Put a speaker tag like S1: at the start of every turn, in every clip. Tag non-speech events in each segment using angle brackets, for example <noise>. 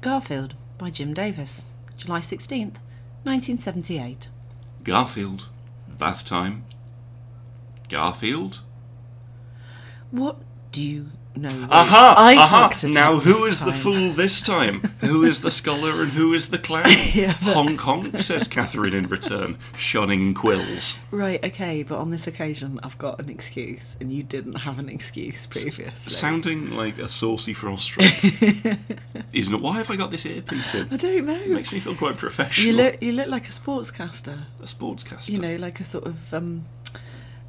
S1: Garfield by Jim Davis, July 16th, 1978.
S2: Garfield. Bath time. Garfield?
S1: What do you know? Wade?
S2: Aha!
S1: I
S2: aha!
S1: fucked it
S2: Now
S1: up
S2: who
S1: this
S2: is the
S1: time.
S2: fool
S1: <laughs>
S2: this time? who is the scholar and who is the clown?
S1: Yeah, but-
S2: Hong Kong, says Catherine in return, shunning quills.
S1: Right, okay, but on this occasion I've got an excuse, and you didn't have an excuse previously.
S2: Sounding like a saucy
S1: <laughs>
S2: frostrum. Isn't it? Why have I got this earpiece in?
S1: I don't
S2: It
S1: know.
S2: makes me feel quite professional.
S1: You look, you look like a sportscaster.
S2: a sportscaster.
S1: You know, like a sort of, um,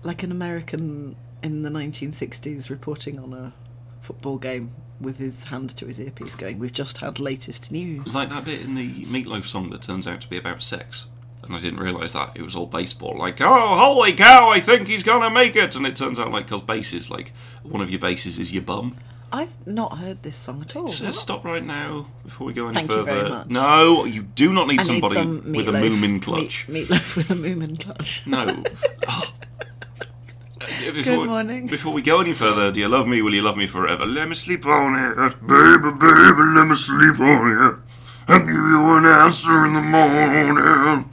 S1: like an American in the 1960s reporting on a football game with his hand to his earpiece, going, "We've just had latest news."
S2: Like that bit in the Meatloaf song that turns out to be about sex. And I didn't realise that. It was all baseball. Like, oh, holy cow, I think he's going to make it. And it turns out, like, because bases, like, one of your bases is your bum.
S1: I've not heard this song at all.
S2: So stop right now before we go any
S1: Oh, Thank you
S2: further.
S1: very much.
S2: No, you do not need
S1: I need
S2: somebody
S1: some meatloaf,
S2: with a moomin clutch.
S1: Meat, meatloaf with a moomin clutch.
S2: <laughs> No. Oh. Uh, Before,
S1: morning.
S2: Before we go any further, do you love me? Will you love me forever? Let me sleep on it, baby, baby. Let me sleep on it. I'll give you an answer in the morning. Like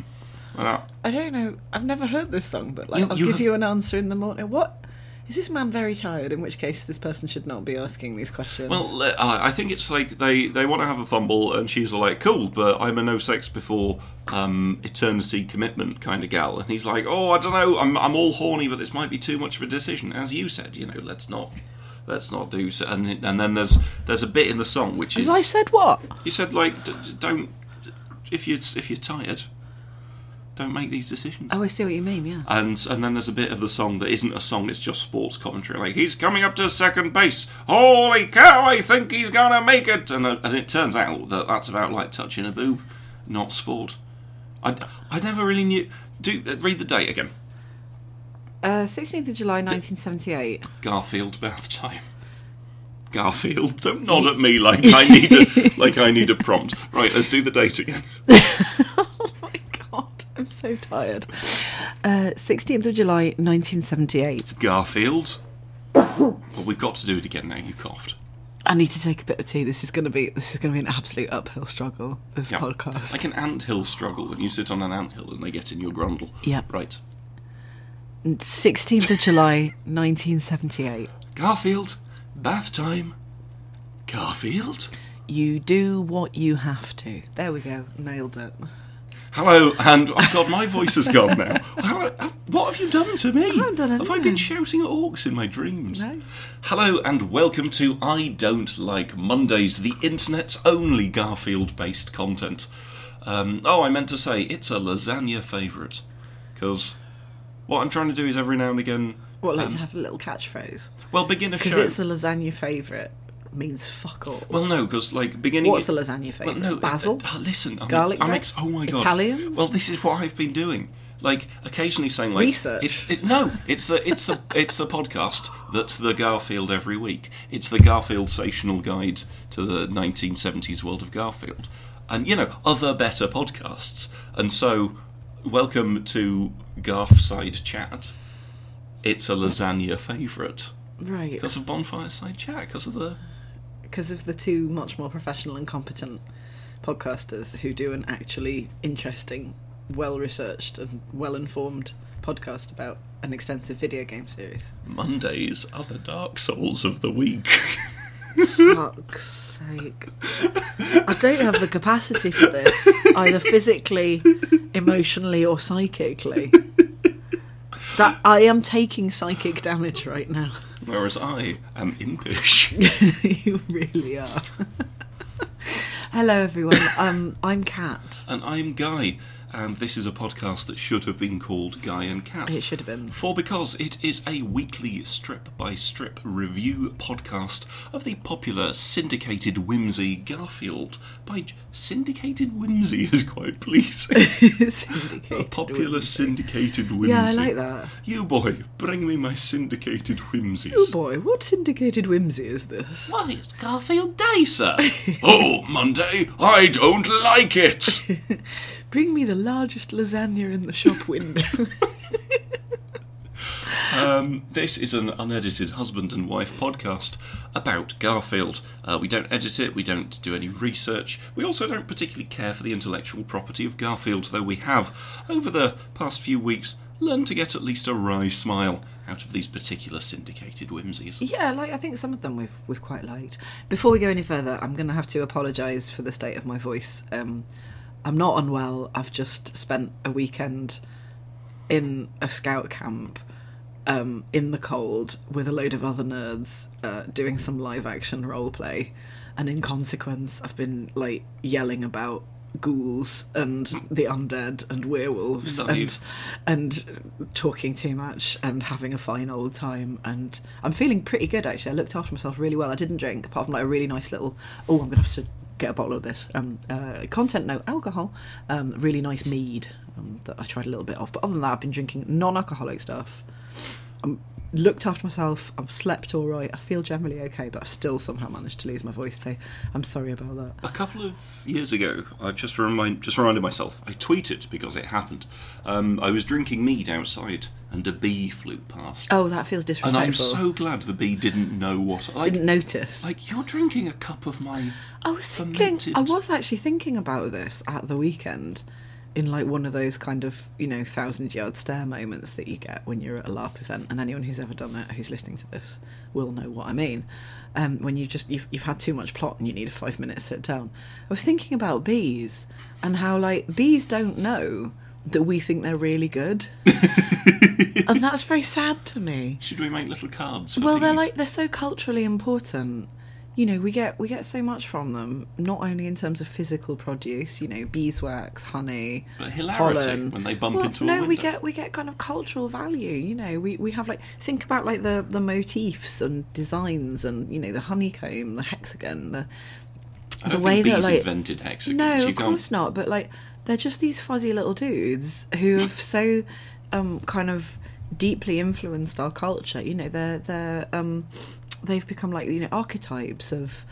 S2: that.
S1: I don't know. I've never heard this song, but like,
S2: You-
S1: I'll
S2: you
S1: give
S2: have-
S1: you an answer in the morning. What is this man very tired? In which case, this person should not be asking these questions.
S2: Well, uh, I think it's like they, they want to have a fumble, and she's like, cool, but I'm a no sex before um, eternity commitment kind of gal. And he's like, oh, I don't know, I'm, I'm all horny, but this might be too much of a decision. As you said, you know, let's not. Let's not do so. And, and then there's there's a bit in the song which is
S1: Have I said what?
S2: you said like d- d- don't if you if you're tired, don't make these decisions.
S1: Oh, I see what you mean. Yeah.
S2: And and then there's a bit of the song that isn't a song; it's just sports commentary. Like he's coming up to second base. Holy cow! I think he's gonna make it. And uh, and it turns out that that's about like touching a boob, not sport. I, I never really knew. Do uh, read the date again.
S1: Uh, Sixteenth of July, nineteen
S2: <laughs>
S1: seventy-eight.
S2: Garfield bath time. Garfield, don't nod at me like I need a like I need a prompt. Right, let's do the date again.
S1: oh my god, I'm so tired. Uh, Sixteenth of July, nineteen seventy-eight.
S2: Garfield. Well, we've got to do it again now. You coughed.
S1: I need to take a bit of tea. This is going to be this is going to be an absolute uphill struggle. This
S2: Yeah.
S1: podcast.
S2: Like an anthill struggle when you sit on an anthill and they get in your grundle.
S1: Yeah.
S2: Right.
S1: 16th of July 1978.
S2: Garfield, bath time. Garfield?
S1: You do what you have to. There we go. Nailed it.
S2: Hello, and oh god, my voice has gone now. <laughs> How- what have you done to me? I
S1: haven't done
S2: Have I
S1: anything.
S2: been shouting at orcs in my dreams?
S1: No.
S2: Hello, and welcome to I Don't Like Mondays, the internet's only Garfield based content. Um, oh, I meant to say, it's a lasagna favourite. Because what I'm trying to do is every now and again.
S1: What, like
S2: um,
S1: to have a little catchphrase?
S2: Well, beginner
S1: Because
S2: show.
S1: it's a lasagna favourite means fuck all.
S2: Well, no, because like beginning.
S1: What's a lasagna favourite?
S2: Well, no,
S1: Basil?
S2: uh, uh, listen, I'm,
S1: Garlic
S2: I'm
S1: bread?
S2: ex- oh my god,
S1: Italians?
S2: Well, this is what I've been doing. Like occasionally saying like
S1: Research.
S2: It's, it, no, it's the it's the <laughs> it's the podcast that's the Garfield every week. It's the Garfield Sational Guide to the 1970s World of Garfield, and you know other better podcasts. And so, welcome to Garfside Chat. It's a lasagna favourite
S1: <sighs> right.
S2: because of Bonfire Side Chat because of the
S1: Because of the two much more professional and competent podcasters who do an actually interesting, well researched, and well informed podcast about an extensive video game series.
S2: Mondays are the dark souls of the week. <laughs>
S1: fuck's sake. I don't have the capacity for this, either physically, emotionally, or psychically. That I am taking psychic damage right now. <laughs>
S2: Whereas I am impish.
S1: you really are. Hello, everyone. Um, I'm Kat.
S2: and I'm Guy. And this is a podcast that should have been called Guy and Cat.
S1: It should have been.
S2: For because it is a weekly strip by strip review podcast of the popular syndicated whimsy Garfield. By J- syndicated whimsy is quite pleasing.
S1: <laughs> Syndicated.
S2: popular syndicated whimsy.
S1: Yeah, I like that.
S2: You boy, bring me my syndicated whimsies.
S1: Oh boy, what syndicated whimsy is this?
S2: Well, it's Garfield Day, sir. <laughs> oh, Monday, I don't like it.
S1: Bring me the largest lasagna in the shop window.
S2: Um, <laughs> this is an unedited husband and wife podcast about Garfield. Uh, we don't edit it, we don't do any research. We also don't particularly care for the intellectual property of Garfield, though we have, over the past few weeks, learned to get at least a wry smile out of these particular syndicated whimsies.
S1: Yeah, like I think some of them we've we've quite liked. Before we go any further, I'm going to have to apologise for the state of my voice. Um, I'm not unwell. I've just spent a weekend in a scout camp um, in the cold with a load of other nerds uh, doing some live action role play, and in consequence, I've been like yelling about ghouls and the undead and werewolves
S2: Nice.
S1: and and talking too much and having a fine old time and I'm feeling pretty good actually. I looked after myself really well. I didn't drink apart from like a really nice little oh I'm gonna have to get a bottle of this um uh, content no alcohol um really nice mead um, that I tried a little bit of. But other than that, I've been drinking non-alcoholic stuff. I'm looked after myself. I've slept all right. I feel generally okay, but I've still somehow managed to lose my voice. So I'm sorry about that.
S2: A couple of years ago, I've just remind just reminded myself. I tweeted because it happened. Um, I was drinking mead outside, and a bee flew past.
S1: Oh, that feels
S2: and
S1: disrespectful.
S2: I'm so glad the bee didn't know what. Like,
S1: didn't notice.
S2: like you're drinking a cup of my.
S1: I was thinking.
S2: fermented-
S1: I was actually thinking about this at the weekend, in like one of those kind of you know thousand yard stare moments that you get when you're at a LARP event, and anyone who's ever done it, who's listening to this, will know what I mean. Um, when you just you've, you've had too much plot and you need a five minute sit down. I was thinking about bees and how like bees don't know that we think they're really good, and that's very sad to me.
S2: Should we make little cards? For
S1: Well, they're
S2: bees?
S1: like they're so culturally important. You know, we get we get so much from them, not only in terms of physical produce, you know, beeswax, honey,
S2: But hilarity
S1: pollen.
S2: when they bump
S1: Well,
S2: into a
S1: no, we
S2: window.
S1: get we get kind of cultural value. You know, we, we have like think about like the the motifs and designs and you know the honeycomb, the hexagon, the
S2: I don't
S1: the way
S2: think
S1: that,
S2: bees
S1: like-
S2: invented hexagons.
S1: no,
S2: you
S1: of
S2: can't-
S1: course not. But like, they're just these fuzzy little dudes
S2: <laughs>
S1: who have so um, kind of deeply influenced our culture. You know, they're they're um, they've become like you know archetypes of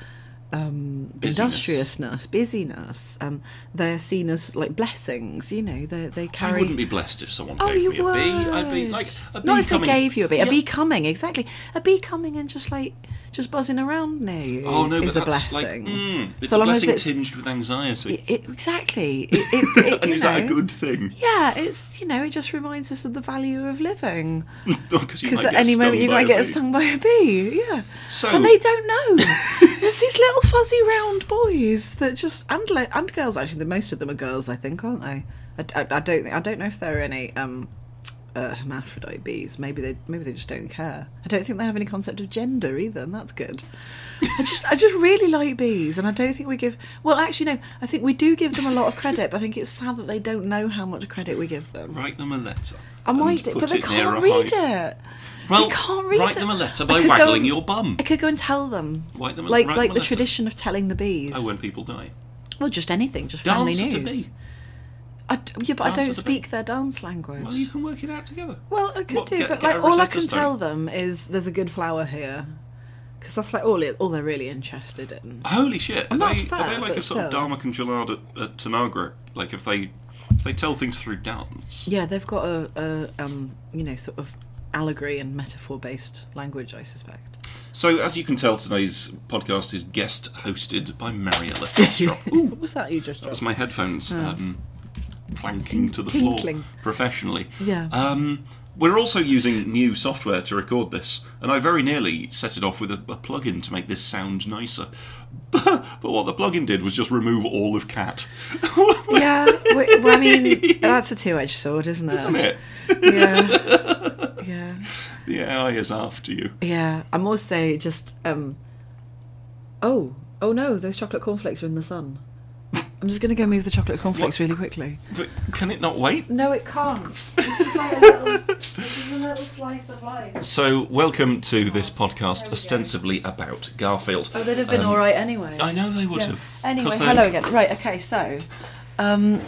S1: um,
S2: Busyness.
S1: industriousness, busyness. Um, they're seen as like blessings. You know, they they
S2: I
S1: carry.
S2: wouldn't be blessed if someone
S1: Oh,
S2: gave
S1: you
S2: me a
S1: would.
S2: bee. I'd be like a bee
S1: Not if
S2: coming.
S1: they gave you a bee. A
S2: Yeah.
S1: bee coming, exactly. A bee coming and just like just buzzing around near you
S2: Oh no,
S1: is
S2: but
S1: a
S2: that's
S1: blessing.
S2: like mm, it's
S1: so
S2: a
S1: long
S2: blessing
S1: as it's
S2: tinged with anxiety.
S1: it, it- exactly.
S2: <laughs>
S1: It, it, it,
S2: and
S1: you
S2: is that a
S1: know.
S2: good thing? <laughs>
S1: Yeah, it's you know, it just reminds us of the value of living.
S2: Because
S1: Because at any moment you might get stung by a bee. Yeah.
S2: So-
S1: and they don't <laughs> know. There's these little fuzzy round boys that just and le- and girls actually. The most of them are girls, I think, aren't they? I, I- I don't think I don't know if there are any um, uh, hermaphrodite bees. Maybe they maybe they just don't care. I don't think they have any concept of gender either, and that's good. I just I just really like bees, and I don't think we give. Well, actually, no. I think we do give them a lot of credit, but I think it's sad that they don't know how much credit we give them.
S2: Write them a letter.
S1: I might,
S2: and
S1: do,
S2: put
S1: but they
S2: it near a
S1: can't read
S2: hive.
S1: it.
S2: Well,
S1: they can't read
S2: write
S1: it.
S2: them a letter
S1: I
S2: by
S1: could go
S2: waggling
S1: and-
S2: your bum.
S1: I could go and tell them,
S2: Write them a-
S1: like
S2: write
S1: like
S2: them a
S1: the
S2: letter.
S1: tradition of telling the bees.
S2: Oh, when people die.
S1: Well, just anything, just
S2: Dance
S1: family
S2: at a
S1: news.
S2: bee.
S1: I d yeah, but
S2: Dance
S1: I
S2: at
S1: don't
S2: the
S1: speak their dance language.
S2: Well, you can work it out together.
S1: Well, I could
S2: What,
S1: do,
S2: get-
S1: but
S2: get a
S1: like all I
S2: Rosetta
S1: can
S2: Stone?
S1: tell them is there's a good flower here, because that's like all it, all they're really interested in.
S2: Holy shit! Are
S1: And
S2: they,
S1: that's
S2: are they
S1: fair,
S2: like
S1: but
S2: a sort
S1: still.
S2: of Dharma and Jalad at, at Tanagra? Like if they if they tell things through dance.
S1: Yeah, they've got a, a um, you know, sort of allegory and metaphor based language, I suspect.
S2: So as you can tell, today's podcast is guest hosted by
S1: <laughs>
S2: Mariella Fostrop.
S1: What was that you just?
S2: That's
S1: dropped?
S2: my headphones um, clanking to the floor
S1: Ah. tinkling.
S2: professionally.
S1: Yeah.
S2: Um, we're also using new software to record this, and I very nearly set it off with a, a plugin to make this sound nicer. <laughs> But, what the plugin did was just remove all of cat. <laughs>
S1: yeah, w- well, I <laughs> mean, that's a two-edged sword, isn't it?
S2: Isn't it?
S1: Yeah, <laughs> yeah.
S2: The AI is after you.
S1: Yeah, I'm also just um Oh, oh no, those chocolate cornflakes are in the sun. I'm just gonna go move the chocolate cornflakes really quickly.
S2: But can it not wait?
S1: No, it can't. This is like a little, this is a little slice of life.
S2: So, welcome to this podcast ostensibly about Garfield.
S1: Oh, they'd have been
S2: Um,
S1: all right anyway.
S2: I know they would
S1: Yeah.
S2: have. 'cause
S1: Anyway,
S2: they're-
S1: hello again. Right, okay, so, um,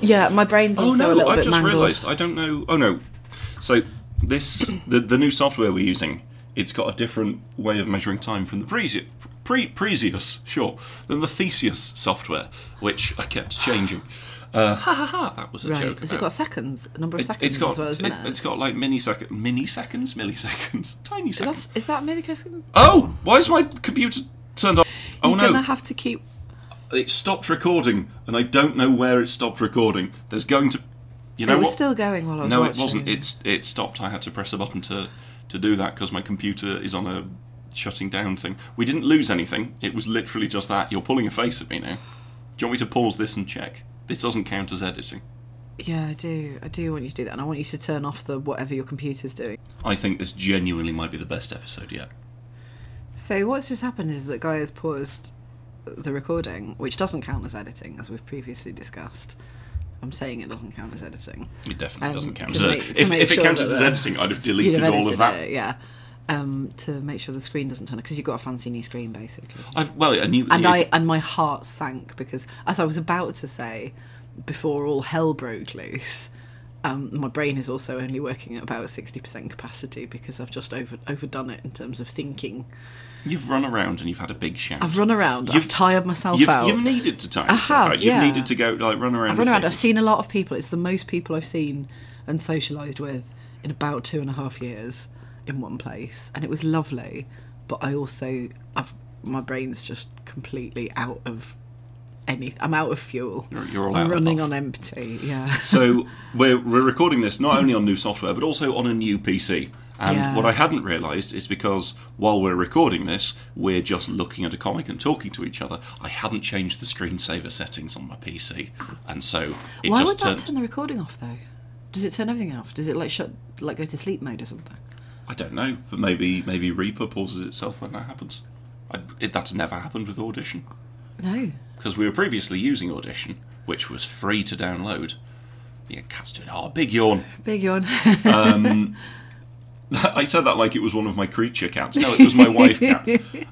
S1: yeah, my brain's
S2: Oh
S1: also
S2: no!
S1: a little
S2: I've
S1: bit
S2: just
S1: mangled.
S2: realised. I don't know. Oh no! So this the the new software we're using. It's got a different way of measuring time from the previous pre previous sure than the Theseus software, which I kept changing. Uh, ha ha ha! That was a
S1: Right.
S2: joke.
S1: Has it
S2: about-
S1: got seconds? A number of
S2: It-
S1: seconds
S2: it's got
S1: as well as
S2: it,
S1: minutes.
S2: has got like mini second, mini seconds, milliseconds, <laughs> tiny seconds.
S1: That's, is that milliseconds?
S2: Oh, why is my computer turned off? Oh
S1: You're
S2: no,
S1: gonna have to keep.
S2: it stopped recording, and I don't know where it stopped recording. There's going to, you know
S1: it was
S2: what?
S1: still going while I was
S2: no,
S1: watching.
S2: it wasn't. It's it stopped. I had to press a button to to do that because my computer is on a shutting down thing. We didn't lose anything. It was literally just that. You're pulling a face at me now. Do you want me to pause this and check? This doesn't count as editing.
S1: Yeah, I do. I do want you to do that, and I want you to turn off the whatever your computer's doing.
S2: I think this genuinely might be the best episode yet.
S1: So what's just happened is that Guy has paused the recording, which doesn't count as editing, as we've previously discussed. I'm saying it doesn't count as editing.
S2: It definitely
S1: Um,
S2: doesn't count.
S1: to
S2: as
S1: make-
S2: editing.
S1: to
S2: if
S1: make
S2: if it
S1: sure
S2: counted
S1: that
S2: as
S1: the-
S2: editing, I'd have
S1: You'd
S2: deleted
S1: have
S2: all
S1: edited
S2: of that.
S1: it, yeah. Um, to make sure the screen doesn't turn up because you've got a fancy new screen basically.
S2: I've well, a new
S1: and
S2: new-
S1: I and my heart sank because, as I was about to say, before all hell broke loose, um, my brain is also only working at about sixty percent capacity because I've just over overdone it in terms of thinking.
S2: You've run around and you've had a big shout.
S1: I've run around. I've
S2: You've-
S1: tired myself
S2: You've,
S1: out.
S2: you've needed to time
S1: I
S2: yourself
S1: have,
S2: out. You've
S1: yeah.
S2: needed to go like run around.
S1: I've run around. I've seen a lot of people. It's the most people I've seen and socialised with in about two and a half years in one place, and it was lovely. But I also, I've my brain's just completely out of anything. I'm out of fuel.
S2: You're- you're all
S1: I'm
S2: out of
S1: running
S2: puff.
S1: on empty. Yeah.
S2: so we're, we're recording this not only on new software but also on a new PC. And
S1: Yeah.
S2: what I hadn't realised is because while we're recording this, we're just looking at a comic and talking to each other. I hadn't changed the screensaver settings on my PC, and so it
S1: Why
S2: just
S1: would that
S2: turned.
S1: turn the recording off though? Does it turn everything off? Does it like shut, like go to sleep mode or something?
S2: I don't know, but maybe maybe Reaper pauses itself when that happens. I, it, that's never happened with Audition.
S1: No.
S2: because we were previously using Audition, which was free to download. Yeah, cat's doing oh big yawn.
S1: Big yawn. <laughs>
S2: I said that like it was one of my creature cats. No, it was my wife
S1: <laughs>
S2: cat.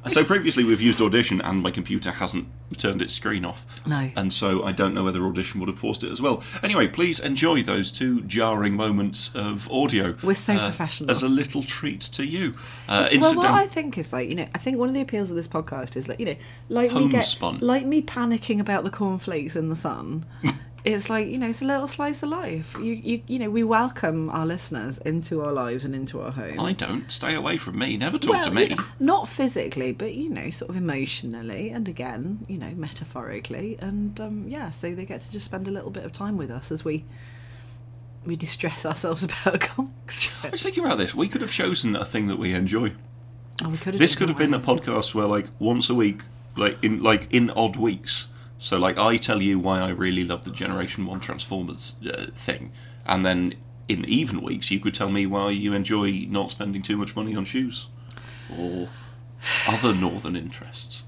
S2: So previously we've used Audition, and my computer hasn't turned its screen off.
S1: No.
S2: and so I don't know whether Audition would have paused it as well. Anyway, please enjoy those two jarring moments of audio. Uh,
S1: We're so professional.
S2: as a little treat to you. Uh,
S1: well, what
S2: incident-
S1: I think is like you know, I think one of the appeals of this podcast is like you know, like me
S2: Homespun.
S1: get, like me panicking about the cornflakes in the
S2: <laughs>
S1: sun. it's like you know, it's a little slice of life. You you you know, we welcome our listeners into our lives and into our home.
S2: I don't stay away from me. Never talk
S1: Well,
S2: to me.
S1: you know, not physically, but you know, sort of emotionally, and again, you know, metaphorically, and um, yeah. So they get to just spend a little bit of time with us as we we distress ourselves <laughs> about a
S2: <laughs>
S1: comic
S2: I
S1: strip.
S2: was thinking about this. We could have chosen a thing that we enjoy.
S1: Oh, we could have
S2: This
S1: done
S2: could have been a
S1: that.
S2: podcast where, like, once a week, like in like in odd weeks. So, like, I tell you why I really love the Generation One Transformers uh, thing, and then in even weeks, you could tell me why you enjoy not spending too much money on shoes or other northern interests.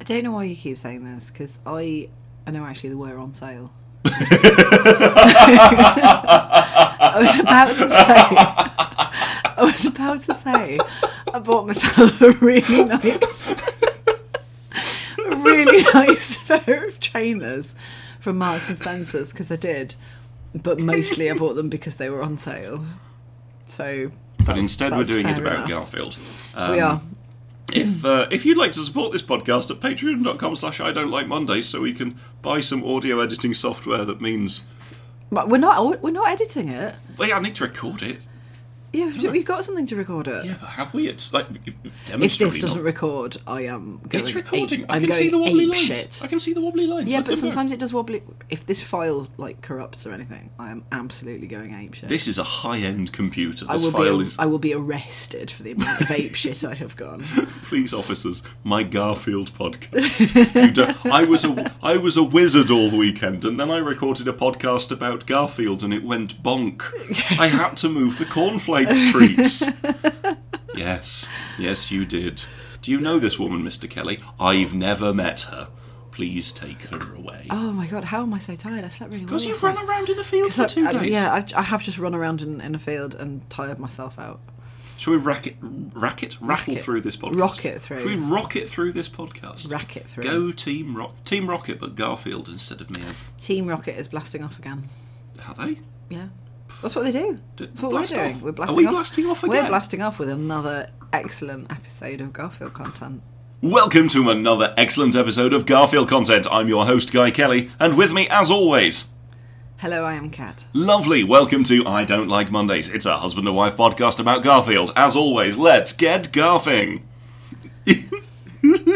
S1: I don't know why you keep saying this because I, I know actually they were on sale. I was about to say. I was about to say. I bought myself a really nice, a really nice pair of trainers from Marks and Spencers because I did, but mostly I bought them because they were on sale. So,
S2: But instead, we're doing it about
S1: enough.
S2: Garfield. Um,
S1: We are.
S2: If uh, if you'd like to support this podcast at patreon.com slash I don't like Mondays so we can buy some audio editing software that means
S1: But we're not. We're not editing it.
S2: Wait, I need to record it.
S1: Yeah, we've- we've got something to record it.
S2: Yeah, but have we? It's like
S1: If
S2: demonstrably
S1: this doesn't
S2: not.
S1: record, I am going.
S2: It's recording.
S1: ape-
S2: I
S1: I'm
S2: can see
S1: going
S2: the wobbly
S1: ape
S2: lines.
S1: shit.
S2: I can see the wobbly lines.
S1: Yeah,
S2: I can
S1: but
S2: know.
S1: sometimes it does wobbly. If this file like corrupts or anything, I am absolutely going ape shit.
S2: this is a high-end computer.
S1: I
S2: This
S1: will
S2: file
S1: be. <laughs>
S2: is.
S1: I will be arrested for the amount of ape shit I have
S2: <laughs>
S1: gone.
S2: Please, officers, my Garfield podcast. You don't- I
S1: <laughs>
S2: was a I was a wizard all weekend, and then I recorded a podcast about Garfield, and it went bonk. I had to move the cornflake
S1: <laughs>
S2: treats. yes, yes, you did. Do you know this woman, Mr. Kelly? I've never met her. Please take her away.
S1: Oh my god, how am I so tired? I slept really well.
S2: Because you've
S1: last
S2: run
S1: night.
S2: around in a field
S1: 'Cause
S2: for two
S1: I, I-
S2: days.
S1: uh, yeah, I've, I have just run around in, in a field and tired myself out.
S2: Shall we racket, racket, rattle
S1: Racket.
S2: through this podcast?
S1: Rocket through.
S2: Shall we rocket through this podcast?
S1: Racket through.
S2: Go Team Rock, Team Rocket, but Garfield instead of Meow.
S1: Team Rocket is blasting off again.
S2: Are they?
S1: Yeah. That's what they do.
S2: Did-
S1: That's what
S2: blast
S1: we're doing.
S2: off.
S1: We're
S2: Are
S1: blasting
S2: we
S1: off.
S2: blasting off
S1: We're
S2: again?
S1: blasting off with another excellent episode of Garfield content.
S2: Welcome to another excellent episode of Garfield Content. I'm your host, Guy Kelly, and with me, as always,
S1: Hello, I am Cat.
S2: lovely welcome to I Don't Like Mondays. It's a husband and wife podcast about Garfield. As always, let's get garfing.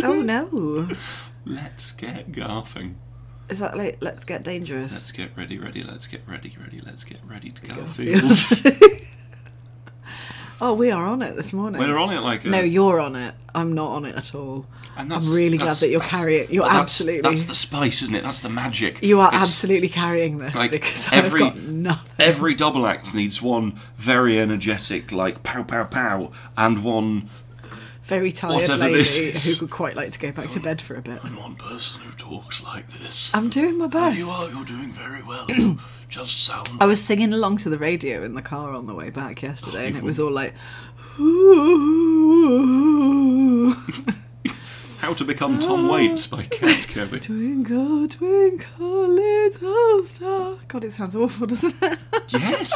S1: Oh no.
S2: Let's get garfing.
S1: Is that like let's get dangerous?
S2: Let's get ready, ready, let's get ready, ready, let's get ready
S1: <laughs>
S2: to Garfield.
S1: Garfield. oh, we are on it this morning.
S2: We're on it like a.
S1: No, you're on it. I'm not on it at all.
S2: and
S1: I'm really glad that you're
S2: that's-
S1: carrying. You're
S2: but that's-
S1: absolutely.
S2: That's the spice, isn't it? That's the magic.
S1: you are
S2: It's-
S1: absolutely carrying this
S2: like,
S1: because
S2: every-
S1: I've got nothing.
S2: Every double act needs one very energetic, like pow pow pow, and one
S1: Very tired
S2: whatever
S1: lady
S2: this is.
S1: who would quite like to go back to bed for a bit.
S2: and one person who talks like this.
S1: I'm doing my
S2: Oh, You are.
S1: best.
S2: You're doing
S1: <clears throat>
S2: very well. You Just sound.
S1: I was singing along to the radio in the car on the way back yesterday, and it was all like,
S2: How to become Tom
S1: Ah.
S2: Waits by Cat Kirby.
S1: <laughs> "Twinkle, twinkle, little star." God, it sounds awful, doesn't it? <laughs>
S2: yes.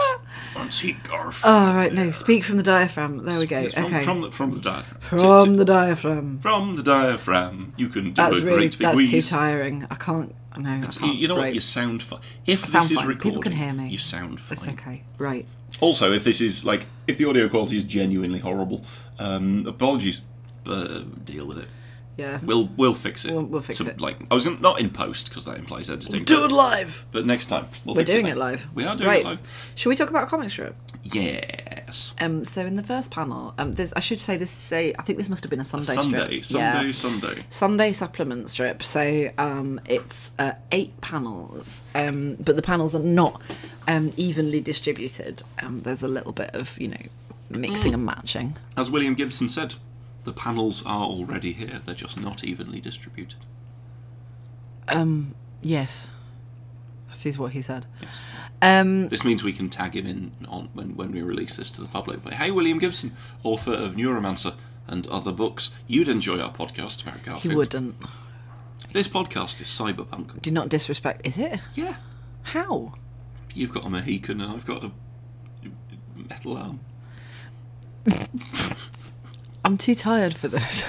S2: Once he Garf.
S1: Oh, right, no, speak from the diaphragm. There we go.
S2: Yes, from,
S1: okay,
S2: from the from the diaphragm. T- t-
S1: From the diaphragm.
S2: from the diaphragm, you can do
S1: That's
S2: a
S1: really
S2: great big
S1: that's too
S2: wheeze.
S1: tiring. I can't. No, I
S2: You,
S1: can't
S2: you know what?
S1: break.
S2: You sound fine. If
S1: sound
S2: this is
S1: fine.
S2: recorded,
S1: People can hear me.
S2: You sound fine.
S1: It's okay. Right.
S2: Also, if this is like, if the audio quality is genuinely horrible, um, apologies. Uh, deal with it.
S1: Yeah.
S2: We'll we'll fix it.
S1: We'll- we'll fix it.
S2: Like I was gonna, not in post because that implies editing.
S1: Do
S2: but,
S1: it live.
S2: but next time we'll
S1: We're
S2: fix
S1: doing
S2: it,
S1: it live.
S2: We are doing
S1: right.
S2: it live.
S1: Should we talk about a comic strip?
S2: Yes.
S1: Um, so in the first panel, um, this I should say this is a I think this must have been a Sunday
S2: Sunday,
S1: strip.
S2: Sunday,
S1: yeah.
S2: Sunday.
S1: Sunday supplement strip. So um, it's uh, eight panels, um, but the panels are not um, evenly distributed. Um, there's a little bit of you know mixing and matching.
S2: As William Gibson said, the panels are already here. They're just not evenly distributed.
S1: Yes, that is what he said.
S2: Yes.
S1: Um,
S2: This means we can tag him in on when, when we release this to the public. But hey, William Gibson, author of Neuromancer and other books, you'd enjoy our podcast about
S1: he
S2: Garfield.
S1: wouldn't.
S2: This podcast is cyberpunk.
S1: Do not disrespect. Is it?
S2: Yeah,
S1: How?
S2: you've got a Mohican and I've got a metal arm.
S1: I'm too tired for this.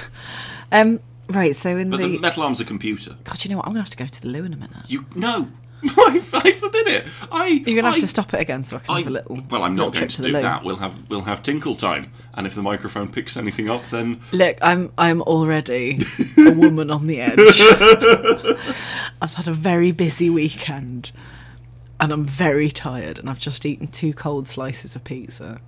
S1: Um, right. So in
S2: But
S1: the,
S2: the, metal arm's a computer.
S1: God, you know what? I'm gonna have to go to the loo in a minute.
S2: You no, <laughs> I, I forbid it. I
S1: You're gonna have
S2: I,
S1: to stop it again so I can
S2: I,
S1: have a little.
S2: well, I'm
S1: little
S2: not going
S1: trip
S2: to,
S1: to the
S2: do
S1: loo.
S2: that. We'll have we'll have tinkle time, and if the microphone picks anything up, then
S1: Look, I'm I'm
S2: <laughs>
S1: already a woman on the edge. <laughs> I've had a very busy weekend, and I'm very tired, and I've just eaten two cold slices of pizza,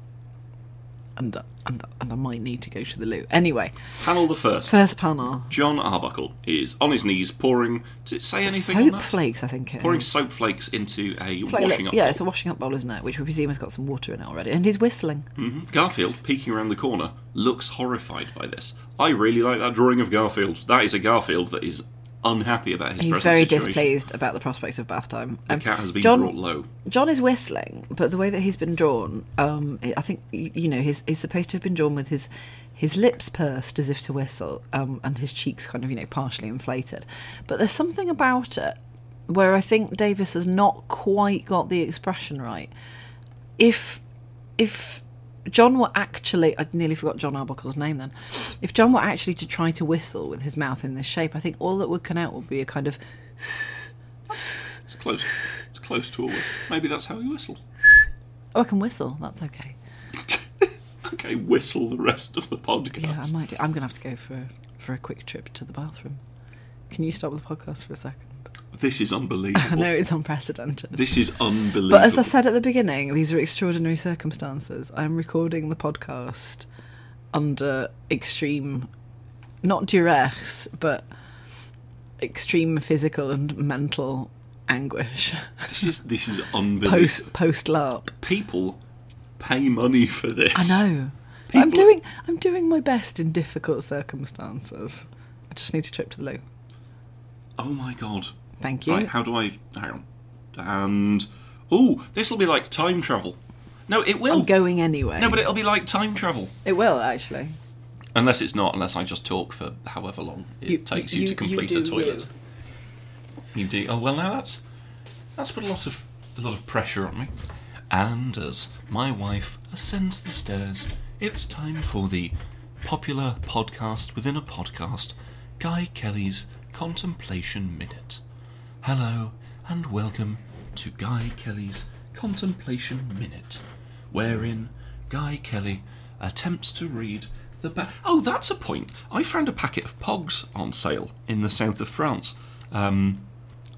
S1: and and and I might need to go to the loo. Anyway,
S2: panel the first.
S1: first panel,
S2: John Arbuckle is on his knees pouring. Does it say anything on
S1: soap
S2: that?
S1: flakes. I think it is.
S2: pouring soap flakes into a
S1: It's like a
S2: washing
S1: li-
S2: up.
S1: yeah,
S2: bowl.
S1: it's a washing up bowl, isn't it? Which we presume has got some water in it already, and he's whistling.
S2: Hmm, Garfield, peeking around the corner, looks horrified by this. I really like that drawing of Garfield. That is a Garfield that is unhappy about his
S1: He's
S2: present
S1: very
S2: situation.
S1: displeased about the prospect of bath time.
S2: The
S1: Um,
S2: cat has been
S1: John,
S2: brought low.
S1: John is whistling, but the way that he's been drawn, um, I think y- you know he's he's supposed to have been drawn with his his lips pursed as if to whistle, um, and his cheeks kind of you know partially inflated. But there's something about it where I think Davis has not quite got the expression right. If if John were actually, I nearly forgot John Arbuckle's name then. If John were actually to try to whistle with his mouth in this shape, I think all that would come out would be a kind of
S2: It's close. It's close to a whistle. Maybe that's how he whistles.
S1: oh, I can whistle. That's okay.
S2: Okay, whistle the rest of the
S1: Yeah, I
S2: podcast.
S1: might do. I'm going to have to go for a, for a quick trip to the bathroom. Can you stop the podcast for a second?
S2: this is unbelievable.
S1: <laughs> I know it's unprecedented.
S2: This is unbelievable.
S1: but as I said at the beginning, these are extraordinary circumstances. I'm recording the podcast under extreme, not duress, but extreme physical and mental anguish
S2: this is this is unbelievable.
S1: post post LARP.
S2: People pay money for this.
S1: I know. I'm
S2: People-
S1: doing I'm doing my best in difficult circumstances. I just need to trip to the loo.
S2: Oh my god.
S1: Thank you.
S2: Right, how do I? Hang on. And oh, this will be like time travel. No, it will.
S1: I'm going anyway.
S2: no, but it'll be like time travel.
S1: It will actually.
S2: Unless it's not. Unless I just talk for however long it
S1: You-
S2: takes you,
S1: you-
S2: to
S1: you
S2: complete
S1: do
S2: a toilet. You. do. Oh well, now that's that's put a lot of a lot of pressure on me. And as my wife ascends the stairs, it's time for the popular podcast within a podcast, Guy Kelly's Contemplation Minute. Hello, and welcome to Guy Kelly's Contemplation Minute, wherein Guy Kelly attempts to read the back. Oh, that's a point. I found a packet of pogs on sale in the south of France. Um,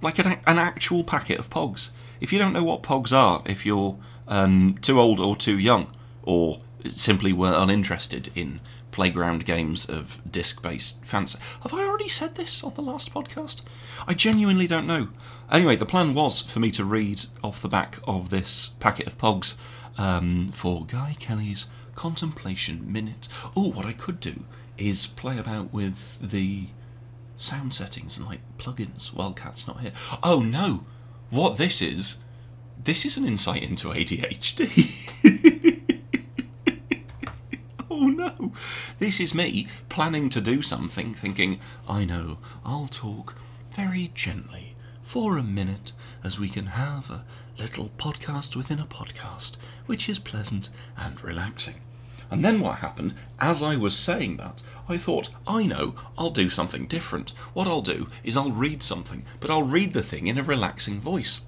S2: like an, an actual packet of pogs. If you don't know what pogs are, if you're um, too old or too young, or simply were uninterested in playground games of disc based fancy. Have I already said this on the last podcast? I genuinely don't know. Anyway, the plan was for me to read off the back of this packet of pogs um, for Guy Kelly's Contemplation Minute. Oh, what I could do is play about with the sound settings and like plugins while Cat's not here. Oh no! What this is, this is an insight into <laughs> ADHD. <laughs> oh no! This is me planning to do something, thinking, I know, I'll talk very gently for a minute as we can have a little podcast within a podcast, which is pleasant and relaxing. And then what happened, as I was saying that, I thought, I know, I'll do something different. What I'll do is I'll read something, but I'll read the thing in a relaxing voice.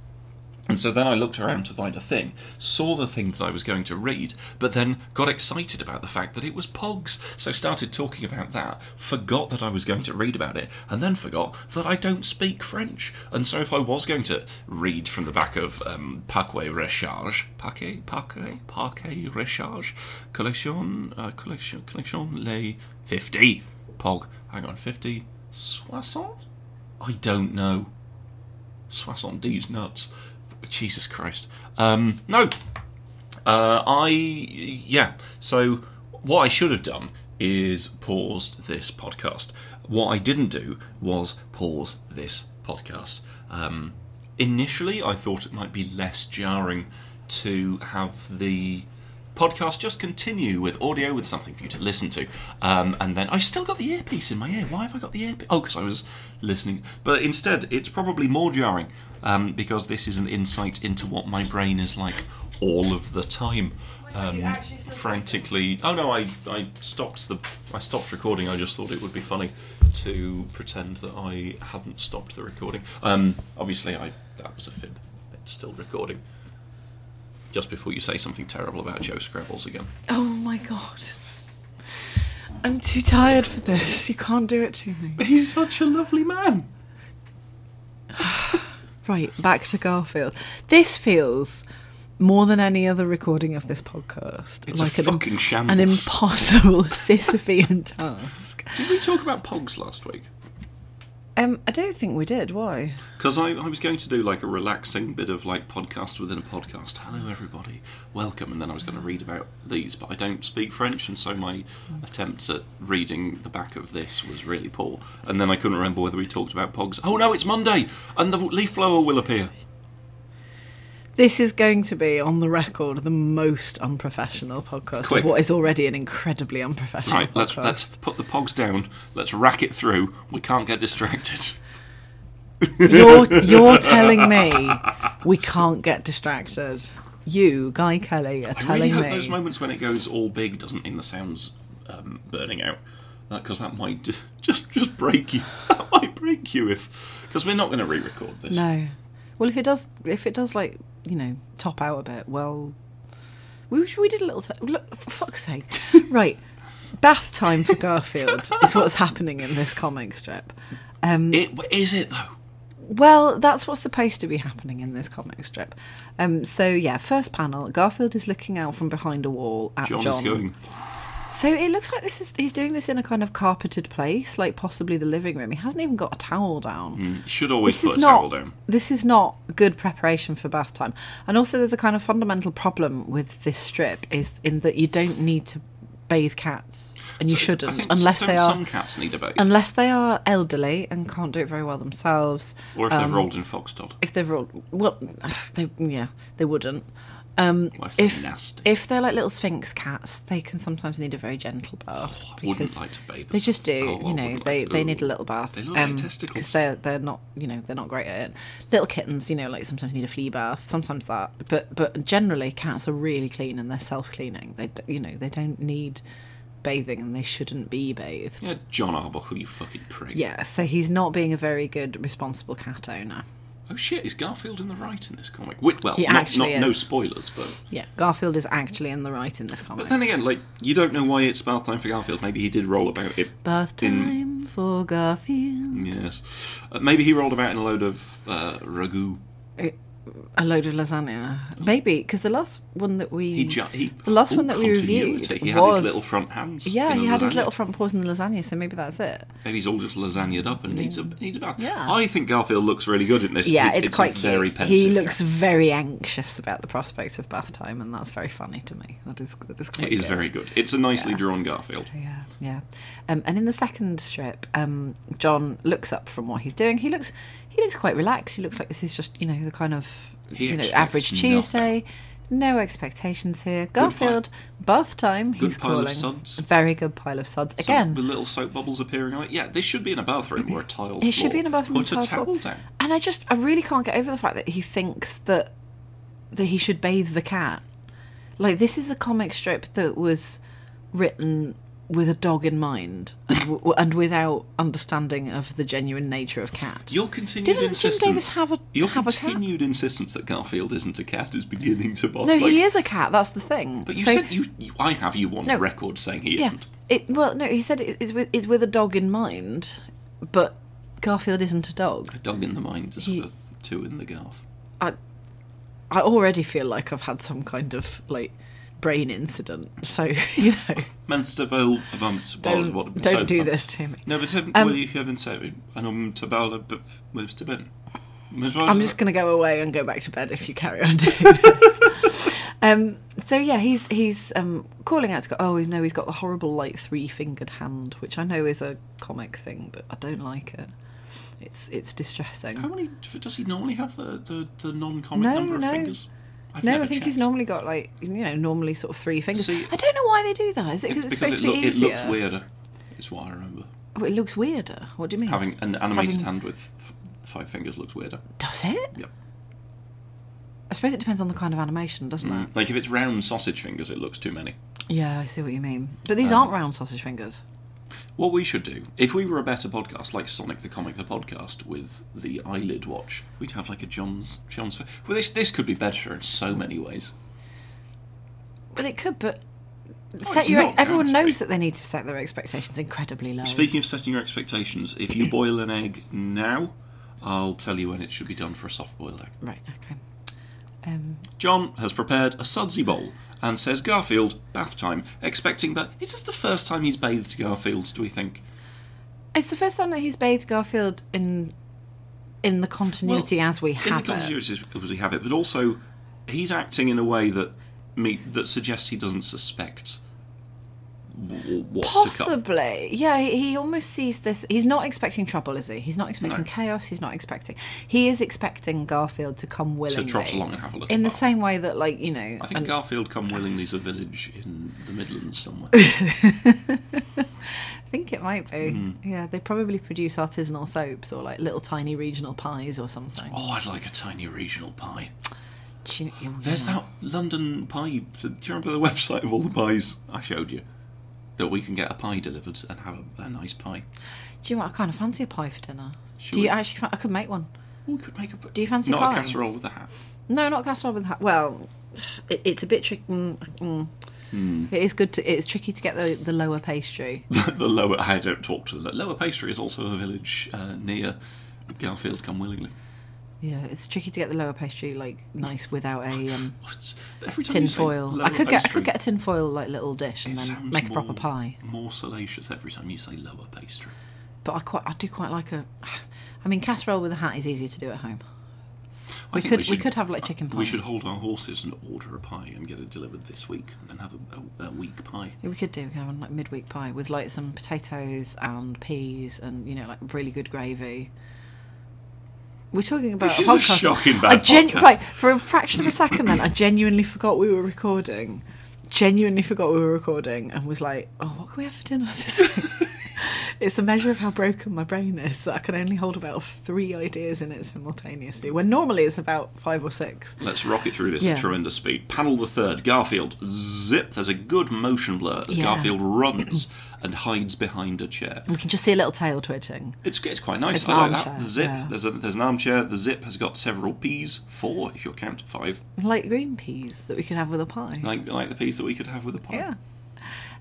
S2: And so then I looked around to find a thing, saw the thing that I was going to read, but then got excited about the fact that it was Pogs. So started talking about that, forgot that I was going to read about it, and then forgot that I don't speak French. And so if I was going to read from the back of um, Paquet Recharge, Paquet, Paquet, Paquet Recharge, Collection, uh, Collection, Collection Les 50, Pog, hang on, 50, Soissons? I don't know. Soissons nuts. Jesus Christ. Um, no. Uh, I. Yeah. So, what I should have done is paused this podcast. What I didn't do was pause this podcast. Um, initially, I thought it might be less jarring to have the podcast just continue with audio with something for you to listen to. Um, and then I still got the earpiece in my ear. Why have I got the earpiece? Oh, because I was listening. But instead, it's probably more jarring um, because this is an insight into what my brain is like all of the time. Um, frantically. Oh no, I, I stopped the I stopped recording. I just thought it would be funny to pretend that I hadn't stopped the recording. Um, obviously, I that was a fib. It's still recording. Just before you say something terrible about Joe Scrabbles again.
S1: Oh my god. I'm too tired for this. You can't do it to me.
S2: He's such a lovely man.
S1: Right, back to Garfield. This feels more than any other recording of this podcast
S2: It's
S1: like
S2: a
S1: an, im-
S2: fucking shambles.
S1: an impossible <laughs> Sisyphean task.
S2: Did we talk about pogs last week?
S1: Um, I don't think we did. Why?
S2: Because I, I was going to do like a relaxing bit of like podcast within a podcast. Hello, everybody, welcome. And then I was going to read about these, but I don't speak French, and so my attempts at reading the back of this was really poor. And then I couldn't remember whether we talked about pogs. Oh no, it's Monday, and the leaf blower will appear.
S1: This is going to be on the record the most unprofessional podcast
S2: Quick.
S1: of what is already an incredibly unprofessional
S2: Right,
S1: podcast.
S2: let's let's put the pogs down. Let's rack it through. We can't get distracted. <laughs>
S1: You're you're telling me we can't get distracted. You, Guy Kelly, are
S2: I really
S1: telling
S2: hope
S1: me
S2: those moments when it goes all big doesn't mean the sound's um, burning out, because that might ju- <laughs> just just break you. <laughs> That might break you if because we're not going to re-record this.
S1: no. Well, if it does, if it does, like you know, top out a bit. Well, we wish we did a little. T- look, for fuck's sake! <laughs> Right, bath time for
S2: <laughs>
S1: Garfield is what's happening in this comic strip. Um,
S2: It is it though.
S1: Well, that's what's supposed to be happening in this comic strip. Um, so yeah, first panel, Garfield is looking out from behind a wall at
S2: John,
S1: John.
S2: is going.
S1: So it looks like this is he's doing this in a kind of carpeted place, like possibly the living room. He hasn't even got a towel down.
S2: um, Should Mm. always
S1: This
S2: put
S1: is
S2: a
S1: not
S2: towel down.
S1: this is not good preparation for bath time. And also there's a kind of fundamental problem with this strip is in that you don't need to bathe cats and you
S2: So, I
S1: shouldn't
S2: think
S1: unless
S2: some,
S1: they are
S2: some cats need a bathe,
S1: unless they are elderly and can't do it very well themselves um,
S2: or if they're rolled in foxtrot.
S1: if they're all well, <sighs> they yeah they wouldn't. Um,
S2: Well, if they're
S1: if
S2: nasty.
S1: if they're like little sphinx cats, they can sometimes need a very gentle bath
S2: Oh, I wouldn't
S1: because
S2: like to bathe
S1: they
S2: as-
S1: just do.
S2: oh, I
S1: you know,
S2: wouldn't
S1: they,
S2: like to.
S1: they need a little bath.
S2: They look like testicles.
S1: because they're they're not you know they're not great at it. Little kittens, you know, like sometimes need a flea bath, sometimes that. But but generally, cats are really clean and they're self cleaning. They d- you know they don't need bathing and they shouldn't be bathed.
S2: Yeah, John Arbuckle, you fucking prick.
S1: Yeah, so he's not being a very good responsible cat owner.
S2: Oh shit, is Garfield in the right in this comic? Wait, well,
S1: He
S2: not, not
S1: actually
S2: no
S1: is.
S2: spoilers, but
S1: Yeah, Garfield is actually in the right in this comic.
S2: but then again, like you don't know why it's bath time for Garfield. Maybe he did roll about it.
S1: Bath time for Garfield.
S2: Yes, uh, maybe he rolled about in a load of uh, ragu.
S1: A load of lasagna, maybe because the last one that we
S2: He, ju- he
S1: the last
S2: oh,
S1: one that we reviewed
S2: continuity. He had
S1: was
S2: his little front hands.
S1: yeah
S2: in a
S1: he had his
S2: lasagna.
S1: little front paws in the lasagna, so maybe that's it.
S2: Maybe he's all just lasagna'd up and needs a needs a bath.
S1: Yeah.
S2: I think Garfield looks really good in this.
S1: Yeah,
S2: It-
S1: it's,
S2: a
S1: quite
S2: Very
S1: cute.
S2: pensive
S1: He looks very anxious about the prospect of bath time, and that's very funny to me. That is that is
S2: <laughs> It
S1: quite.
S2: is
S1: good.
S2: very good. It's a nicely drawn Garfield.
S1: Yeah, yeah. Um, and in the second strip, um, John looks up from what he's doing. He looks he looks quite relaxed. He looks like this is just you know the kind of
S2: He
S1: you know
S2: expects
S1: average
S2: nothing.
S1: Tuesday. No expectations here. Garfield, bath time. he's
S2: pile of
S1: calling
S2: suds.
S1: very good pile of suds
S2: So
S1: again.
S2: with little soap bubbles appearing on it. Yeah, this should be in a bathroom or a tile.
S1: It should be in a bathroom.
S2: Put a
S1: tile
S2: towel
S1: floor.
S2: down.
S1: And I just, I really can't get over the fact that he thinks that that he should bathe the cat. Like this is a comic strip that was written with a dog in mind and, w- and without understanding of the genuine nature of cat.
S2: Your continued
S1: Didn't Jim
S2: insistence.
S1: Davis have a-
S2: your
S1: have a cat?
S2: continued insistence that Garfield isn't a cat is beginning to bother.
S1: no,
S2: like,
S1: he is a cat. That's the thing.
S2: But you said you, you. I have you on record saying he
S1: yeah.
S2: isn't.
S1: It well, no, he said it- it's with it's with a dog in mind, but Garfield isn't a dog.
S2: Dog in the mind is
S1: He-
S2: the two in the Garf.
S1: I I already feel like I've had some kind of like brain incident. So <laughs> you know,
S2: Manstaville, um,
S1: don't don't do this to me.
S2: No, but um, what you have in Serbia? And um, Tabala, but most to Ben.
S1: I'm just going to go away and go back to bed if you carry on
S2: <laughs>
S1: doing this. um, so yeah, he's he's um, calling out to go. Oh, he's no, he's got the horrible like three fingered hand, which I know is a comic thing, but I don't like it. It's it's distressing.
S2: How many does he normally have the the, the non-comic
S1: No,
S2: number of
S1: no.
S2: fingers? I've
S1: no, I
S2: never
S1: think he's
S2: checked.
S1: normally got like you know normally sort of three fingers.
S2: See-
S1: I don't know why they do that. Is it because it's, supposed
S2: it,
S1: to be
S2: look- it
S1: easier?
S2: looks weirder. Is what I remember.
S1: Oh, it looks weirder. What do you mean?
S2: Having an animated
S1: Having-
S2: hand with f- five fingers looks weirder.
S1: Does it?
S2: Yep.
S1: I suppose it depends on the kind of animation, doesn't it?
S2: Mm. Like if it's round sausage fingers, it looks too many.
S1: Yeah, I see what you mean. But
S2: Um,
S1: these aren't round sausage fingers.
S2: What we should do, if we were a better podcast, like Sonic the Comic the podcast with the eyelid watch, we'd have like a John's John's. Well, this this could be better in so many ways.
S1: But it could. But
S2: it's
S1: set your.
S2: not
S1: Everyone
S2: going to
S1: knows
S2: be.
S1: that they need to set their expectations incredibly low.
S2: Speaking of setting your expectations, if you boil an egg now, I'll tell you when it should be done for a soft-boiled egg.
S1: right. Okay. Um,
S2: John has prepared a sudsy bowl and says Garfield bath time, expecting but is this the first time he's bathed Garfield? Do we think?
S1: it's the first time that he's bathed Garfield in in the continuity as we
S2: In the
S1: have it.
S2: continuity as we have it, but also he's acting in a way that me that suggests he doesn't suspect w- what's to come.
S1: Possibly, yeah. He, he almost sees this. He's not expecting trouble, is he? He's not expecting
S2: No.
S1: chaos. He's not expecting. He is expecting Garfield to come
S2: To
S1: willingly.
S2: trot along and have a little.
S1: in the
S2: bath.
S1: same way that, like you know,
S2: I think
S1: an-
S2: Garfield come willingly is a village in the Midlands
S1: <laughs>
S2: somewhere.
S1: I think it might be.
S2: Hmm.
S1: Yeah, they probably produce artisanal soaps or like little tiny regional pies or something.
S2: oh, I'd like a tiny regional pie.
S1: Do you- oh,
S2: There's
S1: yeah.
S2: that London pie. Do you remember the <laughs> website of all the pies I showed you? That we can get a pie delivered and have a, a nice pie.
S1: Do you know what? I kind of fancy a pie for dinner.
S2: Should
S1: Do you
S2: we-
S1: actually? Fa- I could make one.
S2: We could make a. Do
S1: you fancy
S2: not a
S1: pie?
S2: casserole with a hat?
S1: No, not casserole with ha- well. It, it's a bit tricky. Mm, mm.
S2: Hmm.
S1: It is good. To, it's tricky to get the, the lower pastry.
S2: <laughs> the lower. I don't talk to the lower pastry. Is also a village uh, near Garfield. Come willingly.
S1: yeah, it's tricky to get the lower pastry like nice without a um,
S2: What's- Every time
S1: tin
S2: you say
S1: foil.
S2: lower
S1: I could get I
S2: pastry,
S1: could get a tin foil like little dish and
S2: it
S1: then
S2: sounds
S1: make a proper
S2: more-
S1: pie.
S2: More salacious every time you say lower pastry.
S1: But I quite I do quite like a. <sighs> I mean, casserole with a hat is easier to do at home.
S2: I
S1: We
S2: think
S1: could- we could have, like, chicken
S2: We
S1: pie.
S2: should hold our horses and order a pie and get it delivered this week, and then have a, a, a week pie.
S1: Yeah, We could do kind of like midweek pie with like some potatoes and peas and you know like really good gravy. We're talking about
S2: This
S1: a
S2: is a
S1: podcast.
S2: shocking
S1: I
S2: bad
S1: genu-
S2: podcast.
S1: Right, for a fraction of a second, then I genuinely forgot we were recording. Genuinely forgot we were recording and was like, "Oh, what can we have for dinner this week?" <laughs> It's a measure of how broken my brain is that I can only hold about three ideas in it simultaneously, when normally it's about five or six.
S2: Let's rocket through this
S1: Yeah.
S2: at tremendous speed. Panel the third, Garfield. Zip. There's a good motion blur as
S1: Yeah.
S2: Garfield runs and hides behind a chair.
S1: We can just see a little tail twitching.
S2: It's, it's quite nice.
S1: It's an
S2: I like that.
S1: armchair,
S2: The zip.
S1: yeah.
S2: There's a, there's an armchair. The zip has got several peas. Four, if you count five.
S1: Like green peas that we can have with a pie.
S2: Like like the peas that we could have with a pie.
S1: Yeah.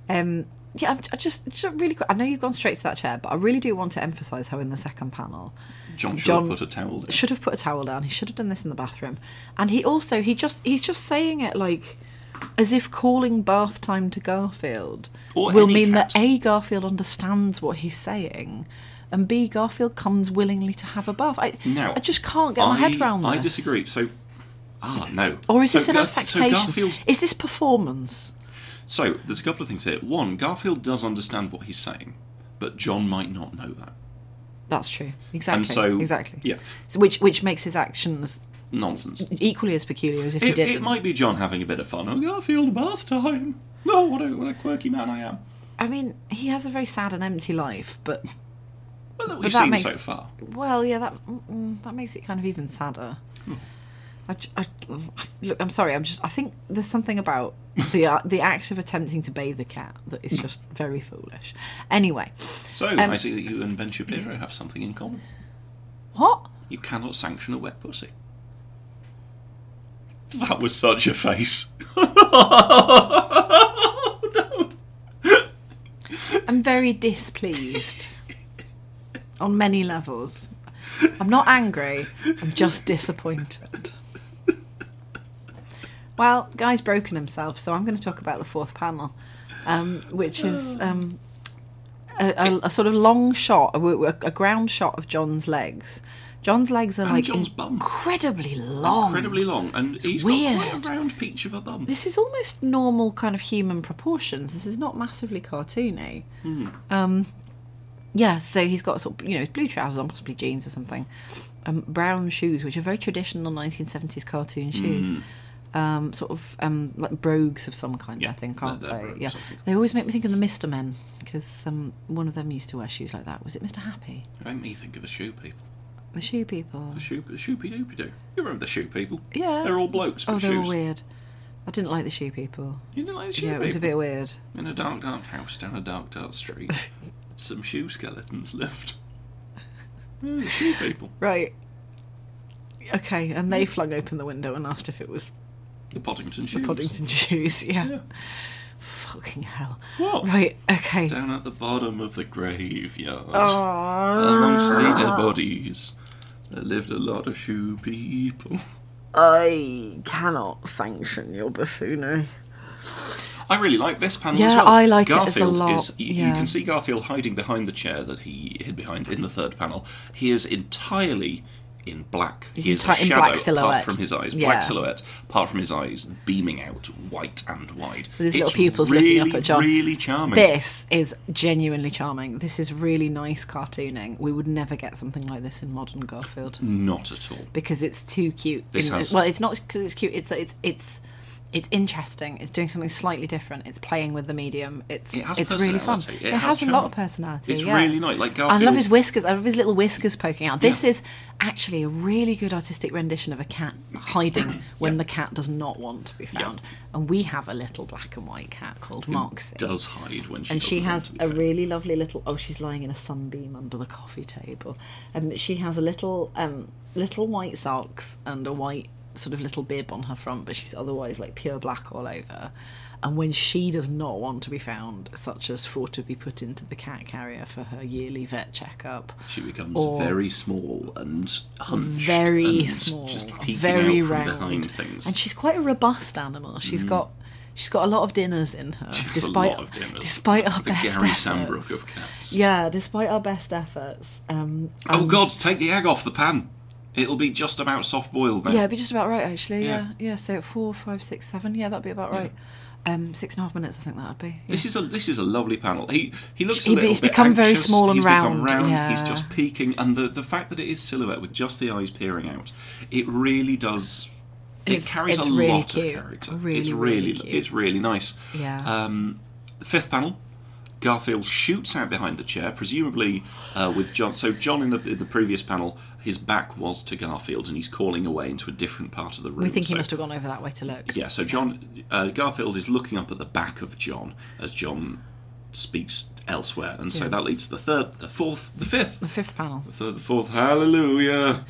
S1: Um, yeah, I'm- I just, just really quick. I know you've gone straight to that chair, but I really do want to emphasise how in the second panel,
S2: John should
S1: John-
S2: have put a towel down.
S1: should have put a towel down. He should have done this in the bathroom. And he also he just he's just saying it like as if calling bath time to Garfield
S2: Or
S1: will
S2: any
S1: mean that
S2: cat.
S1: A Garfield understands what he's saying and B Garfield comes willingly to have a bath. I
S2: Now,
S1: I just can't get my head
S2: I-
S1: around this.
S2: I disagree. So, ah, no.
S1: Or is
S2: So
S1: this an
S2: Gar- So,
S1: affectation?
S2: Garfield's,
S1: is this performance?
S2: so, there's a couple of things here. One, Garfield does understand what he's saying, but John might not know that.
S1: That's true. Exactly.
S2: so-
S1: exactly.
S2: yeah.
S1: So which which makes his actions
S2: Nonsense.
S1: equally as peculiar as if he
S2: It,
S1: didn't.
S2: it might be John having a bit of fun. Oh, Garfield, bath time. No, what a, what a quirky man I am.
S1: I mean, he has a very sad and empty life, but
S2: But that we've
S1: that
S2: seen
S1: makes-
S2: so far.
S1: Well, yeah, that mm, mm, that makes it kind of even sadder. I, j- I- I- look, I'm sorry. I'm just. I think there's something about the uh, the act of attempting to bathe a cat that is just very foolish. Anyway,
S2: So,
S1: Um,
S2: I see that you and Ben Shapiro have something in common.
S1: what?
S2: You cannot sanction a wet pussy. That was such a face.
S1: I'm very
S2: <laughs>
S1: displeased on many levels. I'm not angry. I'm just disappointed. Well, guy's broken himself, so I'm going to talk about the fourth panel, um, which is
S2: Oh.
S1: um, a, a, a sort of long shot, a, a- a ground shot of John's legs. John's legs are like
S2: John's bum.
S1: incredibly long.
S2: Incredibly long, and he's got
S1: Oh, weird.
S2: quite a round peach of a bum.
S1: This is almost normal kind of human proportions. This is not massively cartoony. Um,
S2: Hmm.
S1: yeah, so he's got sort of, you know his blue trousers on, possibly jeans or something, um, brown shoes, which are very traditional 1970s cartoon shoes.
S2: Hmm.
S1: Um, sort of um, like brogues of some kind, I
S2: Yeah,
S1: think,
S2: they're-
S1: aren't
S2: they're
S1: they?
S2: brogues,
S1: Yeah,
S2: I think.
S1: they always make me think of the Mister Men because um, one of them used to wear shoes like that. Was it Mister Happy?
S2: Make me think of the shoe people.
S1: The shoe people.
S2: The shoe, the shoopy doopy doo. You remember the shoe people?
S1: Yeah.
S2: They're all blokes with
S1: Oh, they
S2: shoes.
S1: were weird. I didn't like the shoe people.
S2: You know, like shoe
S1: Yeah, it was a
S2: people.
S1: bit weird.
S2: In a dark, dark house down a dark, dark street,
S1: <laughs>
S2: some shoe skeletons lived. Yeah, the shoe people.
S1: Right. Okay, and they flung open the window and asked if it was
S2: The Poddington
S1: the
S2: shoes.
S1: Poddington <laughs> Jews. Yeah.
S2: Yeah. Oh.
S1: Fucking hell.
S2: What?
S1: Right, okay.
S2: Down at the bottom of the graveyard, amongst
S1: Oh,
S2: the dead bodies, there lived a lot of shoe people.
S1: I cannot sanction your buffoonery.
S2: I really like this panel
S1: Yeah,
S2: as well.
S1: I like it as a
S2: Garfield
S1: lot,
S2: Is, you,
S1: yeah.
S2: you can see Garfield hiding behind the chair that he hid behind in the third panel. He is entirely in black. he is
S1: enti-
S2: a
S1: in
S2: shadow
S1: black
S2: apart
S1: silhouette.
S2: from his eyes.
S1: Yeah.
S2: Black silhouette apart from his eyes, beaming out white and wide.
S1: With his little
S2: It's
S1: pupils
S2: really,
S1: looking up at John.
S2: Really charming.
S1: This is genuinely charming. This is really nice cartooning. We would never get something like this in modern Garfield.
S2: Not at all.
S1: because it's too cute.
S2: This
S1: in-
S2: has-
S1: well, it's not because it's cute. It's it's it's it's interesting. It's doing something slightly different. It's playing with the medium. It's
S2: It has
S1: it's really fun.
S2: personality.
S1: It,
S2: It
S1: has,
S2: has
S1: a lot
S2: charm.
S1: of personality.
S2: It's
S1: yeah.
S2: really nice, like
S1: I love
S2: Garfield-
S1: his whiskers. I love his little whiskers poking out. This
S2: Yeah.
S1: is actually a really good artistic rendition of a cat
S2: <coughs>
S1: hiding when the cat does not want to be found. And we have a little black and white cat called Moxie.
S2: Does hide when she
S1: And she
S2: doesn't want
S1: has
S2: to be
S1: a
S2: found.
S1: really lovely little. Oh, she's lying in a sunbeam under the coffee table. Um, she has a little, um, little white socks and a white sort of little bib on her front, but she's otherwise like pure black all over. And when she does not want to be found, such as for to be put into the cat carrier for her yearly vet checkup,
S2: She becomes
S1: Or-
S2: very small and hunched,
S1: very
S2: and
S1: small,
S2: just peeking
S1: very
S2: out from
S1: round,
S2: behind things. Mm.
S1: and she's quite a robust animal. She's got. She's got a lot of dinners in her,
S2: has a
S1: despite
S2: lot of dinners.
S1: despite our
S2: the
S1: best
S2: Gary
S1: efforts.
S2: Sandbrook of cats.
S1: Yeah, despite our best efforts. Um,
S2: Oh
S1: and-
S2: God! Take the egg off the pan. It'll be just about soft boiled now.
S1: Yeah, it'd be just about right actually. Yeah,
S2: Yeah.
S1: yeah. So four, five, six, seven. Yeah, that'd be about right. Um, six and a half minutes, I think that'd be. Yeah.
S2: This is a this is a lovely panel. He he looks. A
S1: He-
S2: little
S1: he's
S2: bit
S1: become very
S2: anxious,
S1: small and
S2: he's Become
S1: round,
S2: round. He's
S1: yeah.
S2: just peeking, and the the fact that it is silhouette with just the eyes peering out, it really does. It
S1: It's-
S2: carries
S1: it's
S2: a
S1: really
S2: lot
S1: cute.
S2: of character.
S1: Really,
S2: it's
S1: really
S2: really
S1: cute.
S2: it's really nice.
S1: Yeah.
S2: Um, the fifth panel, Garfield shoots out behind the chair, presumably uh, with John. So John in the in the previous panel, his back was to Garfield, and he's calling away into a different part of the room.
S1: We think he
S2: um, So-
S1: must have gone over that way to look.
S2: Yeah. So John uh, Garfield is looking up at the back of John as John speaks elsewhere, and so
S1: Yeah.
S2: that leads to the third, the fourth, the fifth,
S1: The fifth panel.
S2: the third, the fourth. Hallelujah.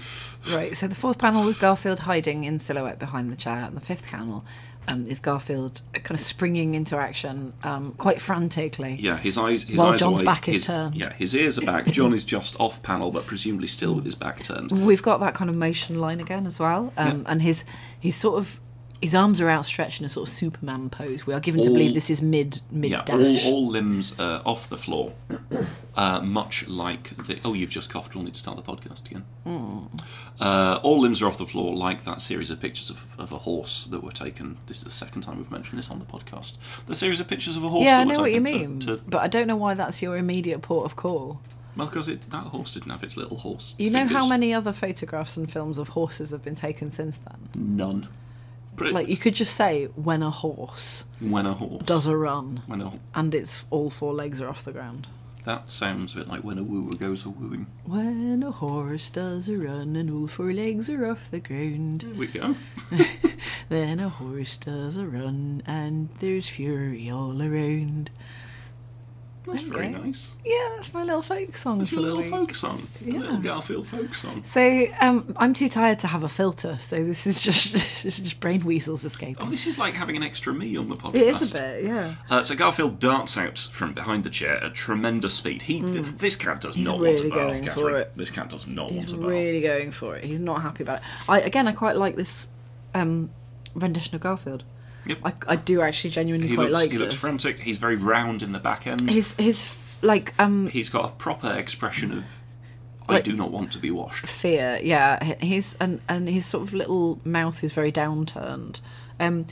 S1: Right, so the fourth panel with Garfield hiding in silhouette behind the chair, and the fifth panel um, is Garfield kind of springing into action um, quite frantically.
S2: Yeah, his eyes. His
S1: While
S2: eyes
S1: John's
S2: away,
S1: back is
S2: his,
S1: turned.
S2: Yeah, his ears are back. John is just off panel, but presumably still with his back turned.
S1: We've got that kind of motion line again as well, um, and his his sort of his arms are outstretched in a sort of Superman pose. We are given to
S2: All-
S1: believe this is mid mid
S2: Yeah, all,
S1: dash.
S2: all limbs uh, off the floor, uh, much like the. Oh, you've just coughed. We'll need to start the podcast again.
S1: Hmm.
S2: Uh, all limbs are off the floor, like that series of pictures of, of a horse that were taken. This is the second time we've mentioned this on the podcast. The series of pictures of a horse.
S1: yeah,
S2: that
S1: I
S2: were
S1: know what you
S2: taken to-
S1: mean,
S2: To,
S1: but I don't know why that's your immediate port of call.
S2: well, because it, that horse didn't have its little horse.
S1: You know how
S2: fingers.
S1: many other photographs and films of horses have been taken since then?
S2: None. But
S1: Like, you could just say, when a horse
S2: when a horse
S1: does a run
S2: when a
S1: and its all four legs are off the ground.
S2: that sounds a bit like when a wooer goes a wooing.
S1: When a horse does a run and all four legs are off the ground.
S2: Here we go.
S1: Then a horse does a run and there's fury all around.
S2: That's very
S1: Okay.
S2: nice.
S1: Yeah, that's my little folk song.
S2: It's a
S1: for the
S2: little
S1: week.
S2: folk song. A little
S1: Yeah.
S2: Garfield folk song.
S1: So um, I'm too tired to have a filter, so this is just <laughs> this is just brain weasels
S2: Oh,
S1: escaping.
S2: this is like having an extra me on the podcast.
S1: It is a bit, yeah.
S2: Uh, so Garfield darts out from behind the chair at tremendous speed. He, th- this cat does not
S1: Mm. really
S2: want a bath,
S1: going for
S2: Catherine.
S1: it.
S2: This cat does not
S1: He's
S2: want a bath.
S1: really going for it. He's not happy about it. I again, I quite like this um, rendition of Garfield.
S2: Yep.
S1: I, I do actually genuinely
S2: He
S1: quite
S2: looks,
S1: like
S2: he looks
S1: this.
S2: frantic. He's very round in the back end.
S1: his his f- like um
S2: He's got a proper expression of, I
S1: Like-
S2: do not want to be washed.
S1: fear yeah h- his and and his sort of little mouth is very downturned um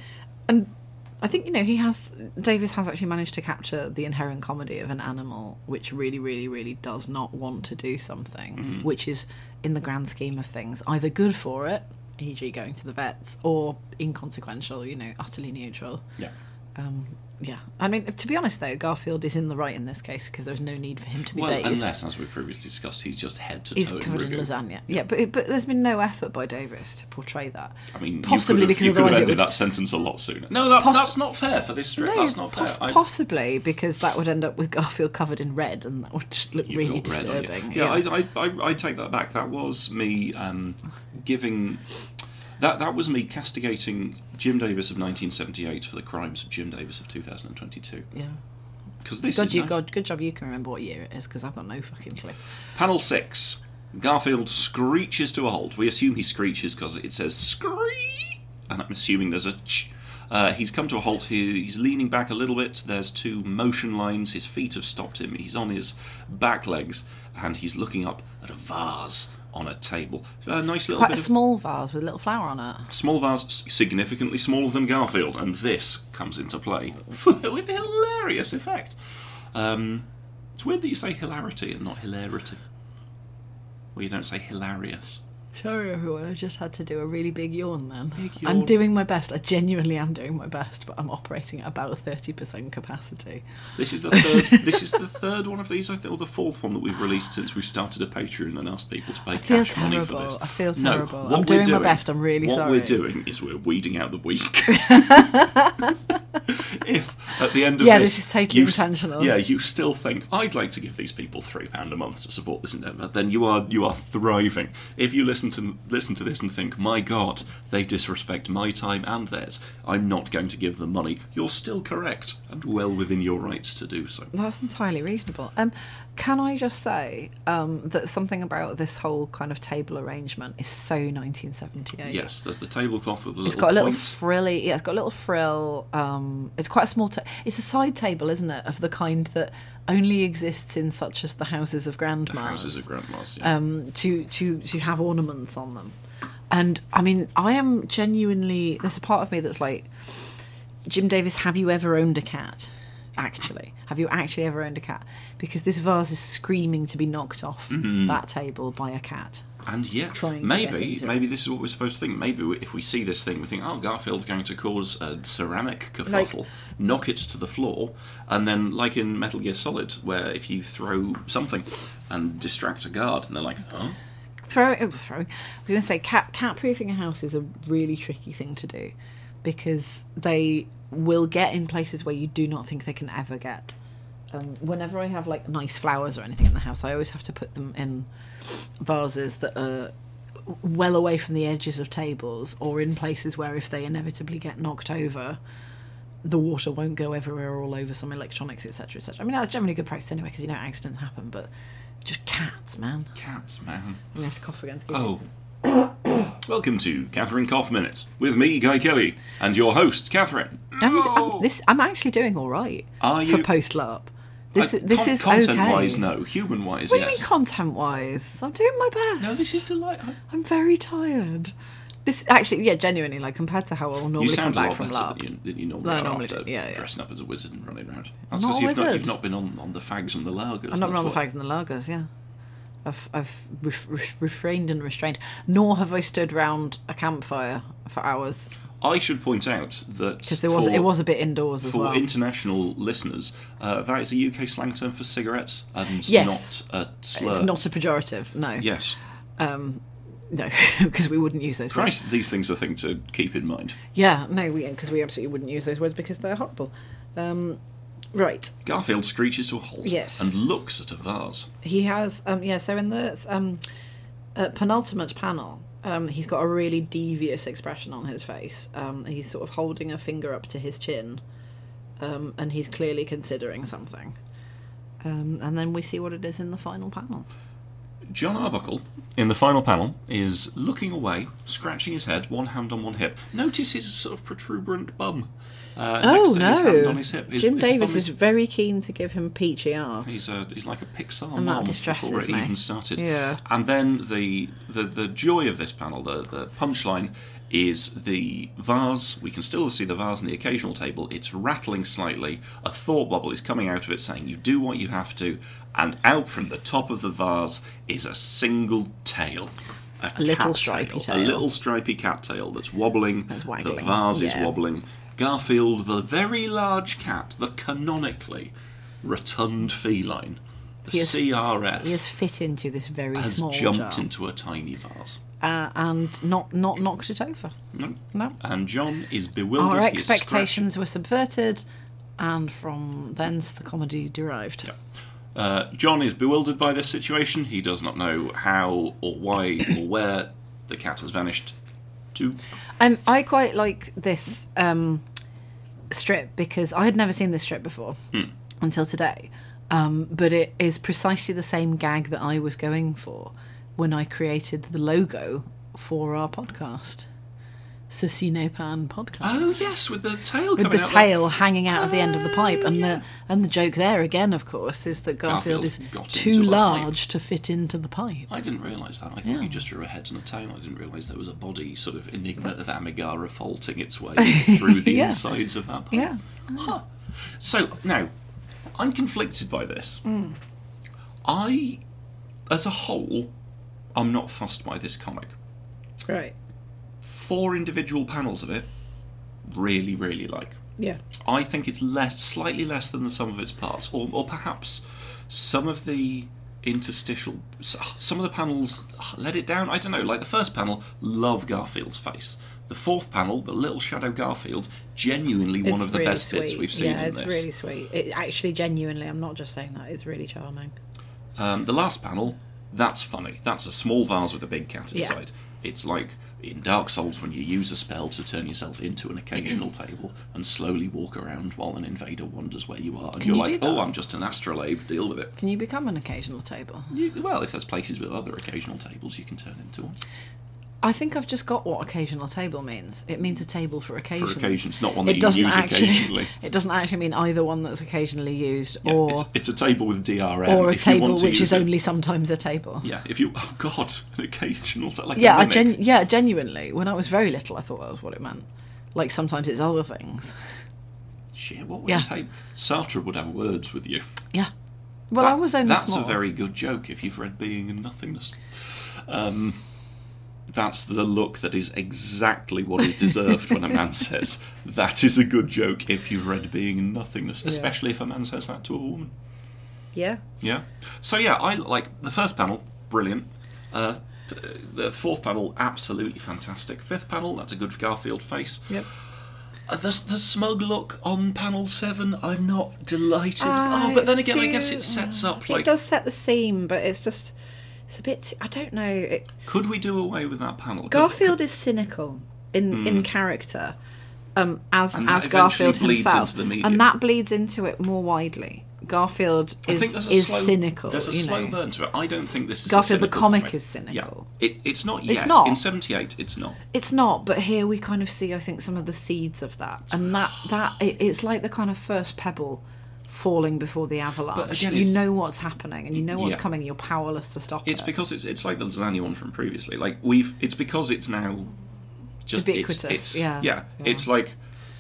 S1: and i think you know he has davis has actually managed to capture the inherent comedy of an animal which really really really does not want to do something which is in the grand scheme of things either good for it e.g. going to the vets or inconsequential you know utterly neutral
S2: Yeah.
S1: um yeah, I mean, to be honest though, Garfield is in the right in this case because there's no need for him to be
S2: Well,
S1: bathed.
S2: unless, as we previously discussed, he's just head to toe
S1: He's covered in
S2: ragu.
S1: lasagna. Yeah, but but there's been no effort by Davis to portray that.
S2: I mean,
S1: possibly
S2: you could have,
S1: because
S2: you could have
S1: otherwise it
S2: ended
S1: would.
S2: that sentence a lot sooner. No, that's
S1: Poss-
S2: that's not fair for this strip.
S1: No,
S2: that's not fair.
S1: poss-
S2: I-
S1: possibly because that would end up with Garfield covered in red, and that would just look
S2: You've
S1: really
S2: got red on you.
S1: disturbing.
S2: Yeah, I, I, I, I take that back. That was me um, giving. That that was me castigating Jim Davis of 1978 for the crimes of Jim Davis of 2022.
S1: Yeah.
S2: Because this
S1: God,
S2: is
S1: you,
S2: nice.
S1: God, good job you can remember what year it is because I've got no fucking clue.
S2: panel six. Garfield screeches to a halt. We assume he screeches because it says scree, and I'm assuming there's a ch. Uh, he's come to a halt. He, he's leaning back a little bit. There's two motion lines. His feet have stopped him. He's on his back legs, and he's looking up at a vase on a table. A nice little
S1: Quite
S2: bit
S1: a
S2: of
S1: small vase with a little flower on it.
S2: small vase, s- significantly smaller than Garfield, and this comes into play <laughs> with hilarious effect. Um, it's weird that you say hilarity and not hilarity. Well, you don't say hilarious.
S1: Sorry, everyone. I just had to do a really big yawn then.
S2: Big
S1: I'm
S2: yawn.
S1: doing my best. I genuinely am doing my best, but I'm operating at about 30% capacity.
S2: This is the
S1: <laughs>
S2: third. this is the third one of these, I think, or the fourth one that we've released since we started a Patreon and asked people to pay
S1: feel
S2: cash money for
S1: terrible.
S2: this.
S1: I feel
S2: No,
S1: terrible.
S2: what
S1: I'm
S2: we're
S1: doing my best. I'm really
S2: what
S1: sorry.
S2: we're doing is we're weeding out the weak. <laughs> if at the end of
S1: Yeah,
S2: this,
S1: this is totally
S2: you s-
S1: intentional.
S2: Yeah, you still think I'd like to give these people three pound a month to support this endeavour, then you are you are thriving. If you listen to listen to this and think, my God, they disrespect my time and theirs. I'm not going to give them money. You're still correct and well within your rights to do so.
S1: That's entirely reasonable. Um, can I just say um, that something about this whole kind of table arrangement is so 1978.
S2: Yes, there's the tablecloth with a little.
S1: It's got a little
S2: point.
S1: frilly. Yeah, it's got a little frill. Um, it's quite a small. Ta- it's a side table, isn't it, of the kind that only exists in such as the houses of grandmas.
S2: houses of grandmas. Yeah.
S1: um, to to to have ornaments on them. And I mean, I am genuinely there's a part of me that's like, Jim Davis, have you ever owned a cat? Actually, have you actually ever owned a cat? Because this vase is screaming to be knocked off that table by a cat.
S2: And yeah,
S1: Trying to get
S2: maybe
S1: into it.
S2: maybe this is what we're supposed to think. Maybe we- if we see this thing, we think, "Oh, Garfield's going to cause a ceramic kerfuffle, knock it to the floor, and then, like in Metal Gear Solid, where if you throw something and distract a guard, and they're like, "Oh,
S1: throwing, oh, throwing. I was going to say cat cat proofing a house is a really tricky thing to do because they will get in places where you do not think they can ever get. Um, whenever I have like nice flowers or anything in the house, I always have to put them in vases that are well away from the edges of tables or in places where if they inevitably get knocked over the water won't go everywhere all over some electronics etc etc i mean that's generally good practice anyway because you know accidents happen but just cats man
S2: cats, man."
S1: i'm gonna have to cough again to keep
S2: Oh. <coughs> Welcome to Catherine Cough Minute with me, Guy Kelly, and your host, Catherine.
S1: I'm, I'm, this, I'm actually doing all right
S2: Oh. Are
S1: for
S2: you-
S1: post LARP. This,
S2: Uh,
S1: this
S2: con-
S1: is okay.
S2: content-wise, no. Human-wise,
S1: What do you
S2: yes.
S1: mean content wise? I'm doing my best.
S2: no, this is delightful.
S1: I'm very tired. This actually, yeah, genuinely, like compared to how I'll normally
S2: You sound
S1: come back
S2: a lot
S1: from
S2: better
S1: LARP.
S2: than you, than you normally
S1: Than I
S2: are
S1: normally
S2: after
S1: do, yeah, yeah.
S2: dressing up as a wizard and running around. That's
S1: not
S2: because
S1: a
S2: you've not,
S1: wizard.
S2: you've not been on, on the fags and the largers.
S1: I'm not
S2: that's
S1: on the
S2: what-
S1: fags and the lagers, yeah. I've, I've ref, ref, refrained and restrained, nor have I stood round a campfire for hours
S2: I should point out that
S1: because it was
S2: for,
S1: it was a bit indoors as
S2: for
S1: well.
S2: international listeners, uh, that is a UK slang term for cigarettes and
S1: Yes.
S2: not a slur.
S1: it's not a pejorative, no,
S2: Yes.
S1: no, <laughs> because we wouldn't use those. words.
S2: Christ, these things are things to keep in mind.
S1: Yeah, no, we because we absolutely wouldn't use those words because they're horrible. Um, right,
S2: Garfield screeches to a halt
S1: Yes.
S2: and looks at a vase.
S1: he has um, yeah. So in the um, uh, penultimate panel, um, he's got a really devious expression on his face. Um, he's sort of holding a finger up to his chin, um, and he's clearly considering something. Um, and then we see what it is in the final panel.
S2: John Arbuckle, in the final panel, is looking away, scratching his head, one hand on one hip. Notice his sort of protuberant bum uh, next to his hand on his hip. His,
S1: Oh, Jim
S2: his
S1: Davis
S2: bum
S1: is very keen to give him peachy arse.
S2: He's, uh, he's like a Pixar
S1: And that
S2: mom
S1: distresses
S2: before it
S1: me.
S2: even started.
S1: Yeah.
S2: And then the, the the joy of this panel, the the punchline, is the vase. We can still see the vase on the occasional table. It's rattling slightly. A thought bubble is coming out of it, saying, "You do what you have to." And out from the top of the vase is a single tail. A,
S1: little
S2: cat
S1: stripy
S2: A
S1: tail.
S2: little stripy cat tail that's wobbling.
S1: That's waggling,
S2: The vase is
S1: yeah.
S2: wobbling. Garfield, the very large cat, the canonically rotund feline, the
S1: He is-
S2: CRF,
S1: He has fit into this very
S2: has
S1: small
S2: jumped
S1: jar
S2: into a tiny vase.
S1: uh, and not not knocked it over.
S2: No.
S1: No.
S2: And John is bewildered.
S1: Our
S2: he is
S1: expectations were subverted, and from thence the comedy derived.
S2: scratching. Uh, John is bewildered by this situation. He does not know how or why or where the cat has vanished to.
S1: Um, I quite like this um, strip because I had never seen this strip before
S2: Hmm.
S1: until today. Um, but it is precisely the same gag that I was going for when I created the logo for our podcast, Ceci Pan podcast.
S2: Oh, yes, with the tail
S1: with
S2: coming
S1: the
S2: out. Ah,
S1: tail hanging out of the end of the pipe, and
S2: yeah.
S1: the and the joke there again, of course, is that Garfield,
S2: Garfield got
S1: is too
S2: into the pipe.
S1: large to fit into the pipe.
S2: I didn't realise that. I thought you just drew a head and a tail. I didn't realise there was a body, sort of enigma of Amigara faulting its way through
S1: <laughs>
S2: the
S1: Yeah.
S2: insides of that. pipe.
S1: Yeah.
S2: Huh. So now, I'm conflicted by this.
S1: Mm.
S2: I, as a whole, I'm not fussed by this comic.
S1: Right.
S2: Four individual panels of it, really, really like.
S1: Yeah.
S2: I think it's less, slightly less than the sum of its parts, or, or perhaps some of the interstitial, s- some of the panels <sighs> let it down. I don't know. Like the first panel, love Garfield's face. The fourth panel, the little shadow Garfield, genuinely one of the best bits we've seen
S1: Yeah,
S2: in
S1: it's
S2: this.
S1: really sweet. It actually, genuinely, I'm not just saying that. It's really charming.
S2: Um, the last panel, that's funny. That's a small vase with a big cat
S1: Yeah.
S2: inside. It's like in Dark Souls when you use a spell to turn yourself into
S1: <clears throat>
S2: an occasional table and slowly walk around while an invader wonders where you are, and you're
S1: you
S2: like,
S1: do
S2: "Oh,
S1: that?
S2: I'm just an astrolabe. Deal with it."
S1: Can you become an occasional table?
S2: You, well, if there's places with other occasional tables, you can turn into one
S1: I think I've just got what occasional table means. It means a table for occasions.
S2: for occasions, not one that
S1: It
S2: you
S1: doesn't
S2: use
S1: actually.
S2: occasionally.
S1: <laughs> It doesn't actually mean either one that's occasionally used
S2: Yeah,
S1: or
S2: it's, it's a table with DRM.
S1: or a
S2: if you
S1: table
S2: want to
S1: which
S2: use
S1: is
S2: it.
S1: only sometimes a table.
S2: Yeah, if you oh god, an occasional ta- like a
S1: Yeah, I
S2: mimic.
S1: gen- yeah, genuinely. When I was very little, I thought that was what it meant. Like sometimes it's other things.
S2: Shit, what would
S1: Yeah.
S2: a table? Sartre would have words with you.
S1: Yeah. Well, I
S2: That-
S1: was only
S2: That's
S1: small.
S2: a very good joke if you've read Being and Nothingness. Um, that's the look that is exactly what is deserved when a
S1: <laughs>
S2: man says that is a good joke if you've read Being and Nothingness, especially if a man says that to a woman.
S1: Yeah.
S2: Yeah. So yeah, I like the first panel, brilliant. Uh, th- the fourth panel, absolutely fantastic. Fifth panel, that's a good Garfield face.
S1: Yep.
S2: Uh, the, the smug look on panel seven, I'm not delighted.
S1: Ah,
S2: oh, but then
S1: it's
S2: again, I guess
S1: too-
S2: it sets up
S1: it
S2: like,
S1: does set the scene, but it's just it's a bit. I don't know. It,
S2: could we do away with that panel? 'Cause
S1: Garfield is cynical in in character, um, as
S2: Hmm. And that
S1: as
S2: eventually
S1: Garfield
S2: bleeds
S1: himself,
S2: into the medium.
S1: and that bleeds into it more widely. Garfield
S2: I think
S1: is
S2: there's a
S1: is
S2: slow-
S1: cynical.
S2: There's a
S1: you
S2: slow
S1: know.
S2: burn to it. I don't think this is. a
S1: Garfield the
S2: cynical
S1: comic
S2: comic
S1: is cynical.
S2: Yeah. It, it's not yet.
S1: not.
S2: In '78, it's not.
S1: It's not, but here we kind of see, I think, some of the seeds of that, and that that it, it's like the kind of first pebble falling before the avalanche.
S2: again,
S1: you
S2: it's-
S1: know what's happening, and you know what's
S2: Yeah.
S1: coming. You're powerless to stop
S2: It's
S1: it.
S2: because it's it's like the lasagna one from previously. Like we've. It's because it's now. Just it's-
S1: Ubiquitous,
S2: It's,
S1: yeah,
S2: yeah.
S1: yeah.
S2: It's like.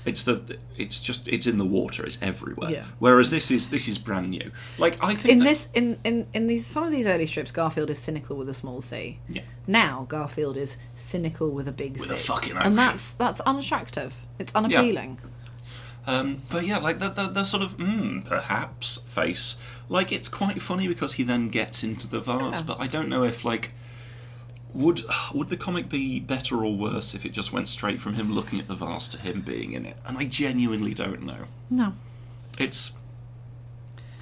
S2: It's the. It's just. It's in the water. It's everywhere.
S1: Yeah.
S2: Whereas this is this is brand new. Like I think.
S1: in
S2: that-
S1: this in, in in these some of these early strips garfield is cynical with a small c
S2: Yeah.
S1: now garfield is cynical with a big
S2: With
S1: c
S2: a fucking ocean.
S1: and that's that's unattractive it's unappealing
S2: Um, but yeah, like the, the, the sort of mm, perhaps face. Like it's quite funny because he then gets into the vase, but I don't know if like would would the comic be better or worse if it just went straight from him looking at the vase to him being in it? And I genuinely don't know.
S1: no
S2: It's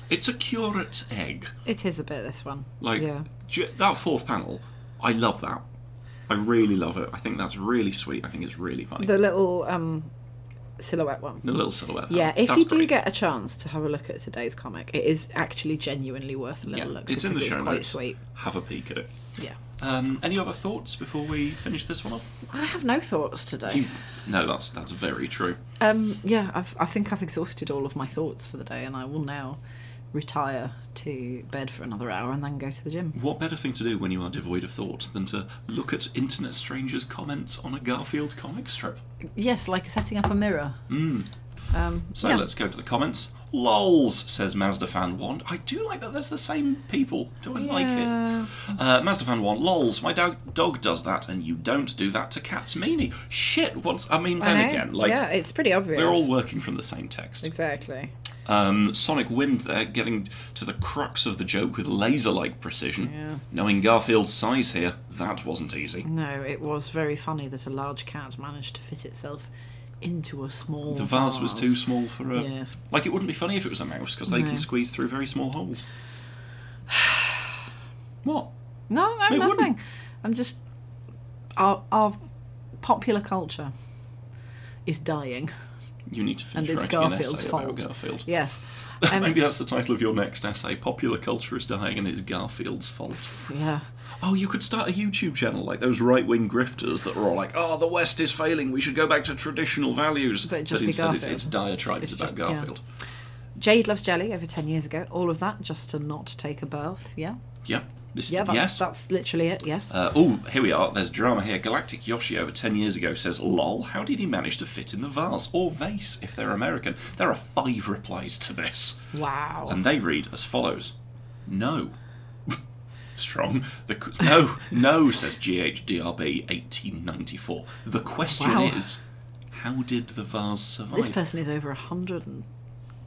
S2: it's a curate's egg.
S1: it is a bit this one
S2: Like
S1: yeah
S2: ju- that fourth panel, I love that. I really love it. I think that's really sweet. I think it's really funny. The,
S1: the little um silhouette one
S2: little silhouette.
S1: yeah
S2: panel.
S1: if
S2: That's
S1: you do
S2: great.
S1: get a chance to have a look at today's comic it is actually genuinely worth a
S2: Yeah,
S1: little look
S2: it's in the
S1: because
S2: show
S1: it's quite
S2: notes.
S1: sweet
S2: Have a peek at it.
S1: yeah
S2: Um, any other thoughts before we finish this one off?
S1: i have no thoughts today
S2: You- Mm, no, that's that's very true.
S1: Um, yeah, I've, I think I've exhausted all of my thoughts for the day, and I will now retire to bed for another hour and then go to the gym.
S2: What better thing to do when you are devoid of thought than to look at internet strangers' comments on a Garfield comic strip?
S1: Yes, like setting up a mirror. Um,
S2: So
S1: Yeah.
S2: Mm. let's go to the comments. Lols says MazdaFan1. I do like that there's the same people. Do I like
S1: Yeah.
S2: it? Uh, MazdaFan1. Lols, my dog, dog does that and you don't do that to cats, meanie. Shit, what's. I mean, then
S1: I know.
S2: again, like,
S1: yeah, it's pretty obvious.
S2: they're all working from the same text.
S1: exactly.
S2: Um, Sonic Wind there, getting to the crux of the joke with laser like precision.
S1: Yeah.
S2: Knowing Garfield's size here, that wasn't easy.
S1: No, it was very funny that a large cat managed to fit itself into a small.
S2: The vase was too small for a.
S1: Yes.
S2: Like, it wouldn't be funny if it was a mouse, because they
S1: No.
S2: can squeeze through very small
S1: <sighs>
S2: holes. what?
S1: No, no,
S2: It
S1: nothing.
S2: wouldn't.
S1: I'm just our our popular culture is dying.
S2: You need to
S1: And
S2: finish
S1: it's
S2: writing an
S1: Garfield's
S2: essay
S1: fault.
S2: about Garfield. <laughs>
S1: Yes. Um,
S2: Maybe that's the title of your next essay Popular Culture is Dying and It's Garfield's Fault.
S1: yeah.
S2: Oh, you could start a YouTube channel like those right wing grifters that were all like, oh, the West is failing, we should go back to traditional values.
S1: But it'd just be
S2: instead it's,
S1: Garfield.
S2: it's diatribes
S1: It's
S2: about
S1: just- yeah.
S2: Garfield.
S1: Jade Loves Jelly over 10 years ago. All of that just to not take a birth. Yeah.
S2: Yeah. This,
S1: Yeah, that's,
S2: yes.
S1: that's literally it. Yes.
S2: Uh, oh, here we are. There's drama here. Galactic Yoshi over 10 years ago says, lol, how did he manage to fit in the vase? Or vase, if they're American. There are five replies to this.
S1: wow.
S2: And they read as follows No. <laughs> Strong. The qu- no, no, says GHDRB 1894. The question
S1: Wow.
S2: is how did the vase survive?
S1: this person is over 120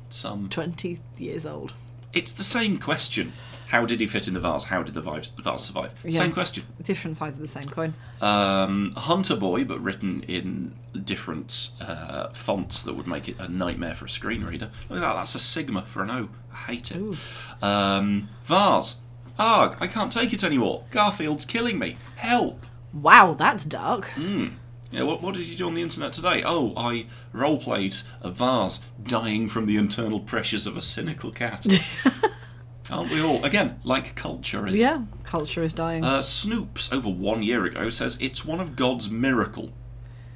S2: Some.
S1: years old.
S2: It's the same question. How did he fit in the vase? How did the vase, vase survive?
S1: Yeah.
S2: Same question.
S1: Different sides of the same coin.
S2: Um, Hunter Boy, but written in different uh, fonts that would make it a nightmare for a screen reader. Look at that, that's a Sigma for an O. I hate
S1: Ooh.
S2: it. Um, Vars. Arg, I can't take it anymore. Garfield's killing me. Help.
S1: Wow, that's dark.
S2: Mm. Yeah, what, what did you do on the internet today? Oh, I roleplayed a vase dying from the internal pressures of a cynical cat. Aren't we all? Again, like culture is.
S1: Yeah. Culture is dying.
S2: Uh, Snoops, over one year ago, says it's one of God's miracle.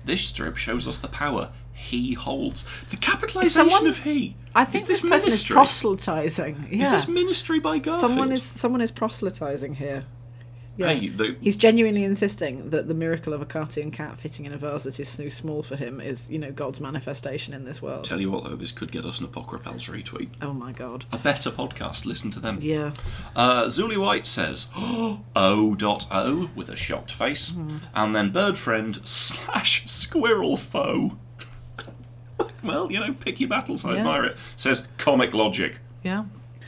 S2: This strip shows us the power he holds. The capitalisation
S1: Someone-
S2: of he.
S1: I think
S2: Is
S1: this,
S2: this,
S1: person is
S2: ministry.
S1: proselytizing. Yeah.
S2: Is this ministry by Garfield?
S1: someone is someone is proselytizing here. Yeah.
S2: Hey, the,
S1: He's genuinely insisting that the miracle of a cartoon cat fitting in a vase that is so small for him is, you know, God's manifestation in this world.
S2: tell you what though, this could get us an Apocrypals retweet.
S1: Oh my god.
S2: A better podcast. Listen to them.
S1: Yeah.
S2: Uh, Zuli White says, <gasps> O.O. with a shocked face,
S1: Mm.
S2: and then bird friend <laughs> slash squirrel foe. <laughs> well, you know, pick your battles. I
S1: Yeah.
S2: admire it. Says comic logic,
S1: Yeah.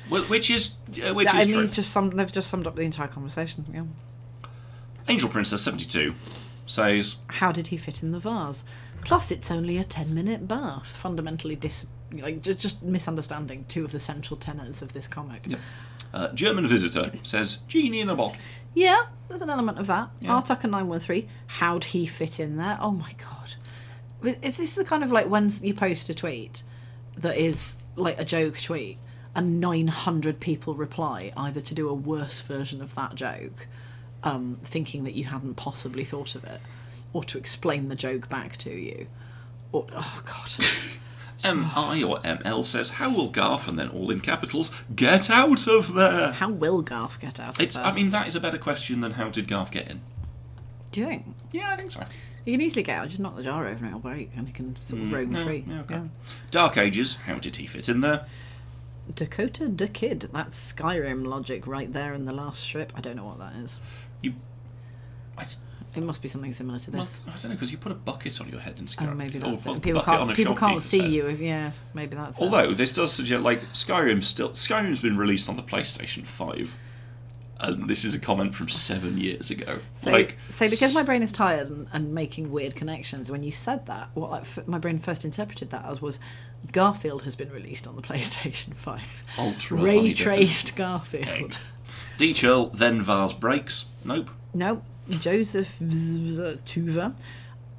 S2: Wh- which is uh, which
S1: I
S2: is
S1: mean,
S2: true.
S1: it's just summed, they've just summed up the entire conversation. Yeah.
S2: Angel Princess seventy two says,
S1: How did he fit in the vase? Plus, it's only a 10 minute bath. Fundamentally, dis- like, ju- just misunderstanding two of the central tenets of this comic. Yeah,
S2: uh, German visitor says, genie in a bottle.
S1: there's an element of that.
S2: Yeah.
S1: Artucker913, how'd he fit in there? Oh my god. Wi- Is this the kind of like when you post a tweet that is like a joke tweet and 900 people reply either to do a worse version of that joke, um, thinking that you hadn't possibly thought of it, or to explain the joke back to you? Or, oh god. <laughs>
S2: MI or ML says, how will Garth and then all in capitals get out of there?
S1: How will Garth get out of
S2: It's.
S1: there?
S2: I mean, that is a better question than how did Garth get in.
S1: Do you think?
S2: Yeah, I think so.
S1: He can easily get out, just knock the jar over and it'll break and he can sort of roam free.
S2: Mm, yeah, okay.
S1: Yeah.
S2: Dark Ages, how did he fit in there?
S1: Dakota the Kid, that's Skyrim logic right there in the last strip. I don't know what that is.
S2: You, I,
S1: It must be something similar to
S2: well,
S1: this.
S2: I don't know because you put a bucket on your head and
S1: oh,
S2: Skyrim.
S1: maybe
S2: or
S1: that's
S2: bu-
S1: it. People
S2: bucket
S1: can't,
S2: on a
S1: people can't
S2: shopkeeper's
S1: see
S2: head.
S1: you if, yes, maybe that's it.
S2: Although this does suggest, like Skyrim, still Skyrim's been released on the PlayStation Five, and this is a comment from seven years ago.
S1: So,
S2: like,
S1: so because my
S2: s-
S1: brain is tired and, and making weird connections, when you said that, what I f my brain first interpreted that as was Garfield has been released on the <laughs> PlayStation 5.
S2: Ultra
S1: Ray
S2: high
S1: traced Garfield.
S2: D churl then Vars breaks. Nope.
S1: No, Joseph Tuva,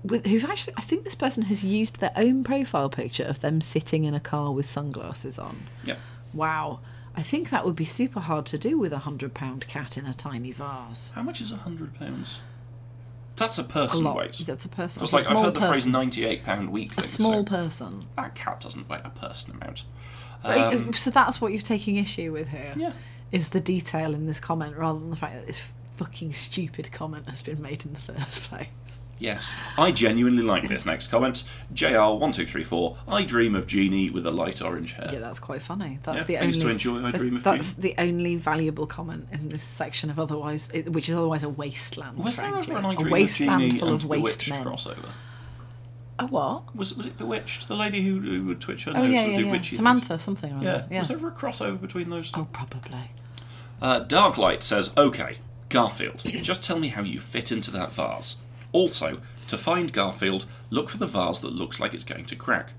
S1: who've actually, I think this person has used their own profile picture of them sitting in a car with sunglasses on.
S2: Yeah.
S1: Wow. I think that would be super hard to do with a hundred pound cat in a tiny vase.
S2: How much is a hundred pounds? That's a
S1: A
S2: person
S1: lot.
S2: weight.
S1: That's a person.
S2: Just
S1: a
S2: like I've
S1: small
S2: heard the phrase
S1: person.
S2: ninety-eight pound weekly.
S1: A small
S2: so
S1: person.
S2: that cat doesn't weigh a person
S1: <laughs>
S2: amount.
S1: Uh, so that's what you're taking issue with here.
S2: Um, Yeah.
S1: Is the detail in this comment rather than the fact that this fucking stupid comment has been made in the <laughs> first place.
S2: Yes, I genuinely like this next comment. JR1234, I dream of Genie with a light orange hair.
S1: Yeah, that's quite funny. That's
S2: Yeah,
S1: the
S2: I
S1: only.
S2: used to enjoy I
S1: that's-
S2: Dream of
S1: That's the only valuable comment in this section of otherwise, it, which is otherwise a wasteland.
S2: Was there
S1: frankly.
S2: ever an I
S1: a
S2: Dream of um,
S1: wasteland
S2: Genie
S1: full
S2: and
S1: of waste
S2: Bewitched
S1: men?
S2: crossover?
S1: A what?
S2: Was, was it Bewitched? The lady who, who would twitch her
S1: Oh
S2: nose
S1: yeah,
S2: and
S1: yeah,
S2: do
S1: yeah.
S2: witchy
S1: Samantha, something or
S2: things? Yeah.
S1: other. Yeah.
S2: Was there ever a crossover between those two?
S1: Oh, probably.
S2: Uh, Darklight says, okay, Garfield, <clears throat> just tell me how you fit into that vase. Also, to find Garfield, look for the vase that looks like it's going to crack.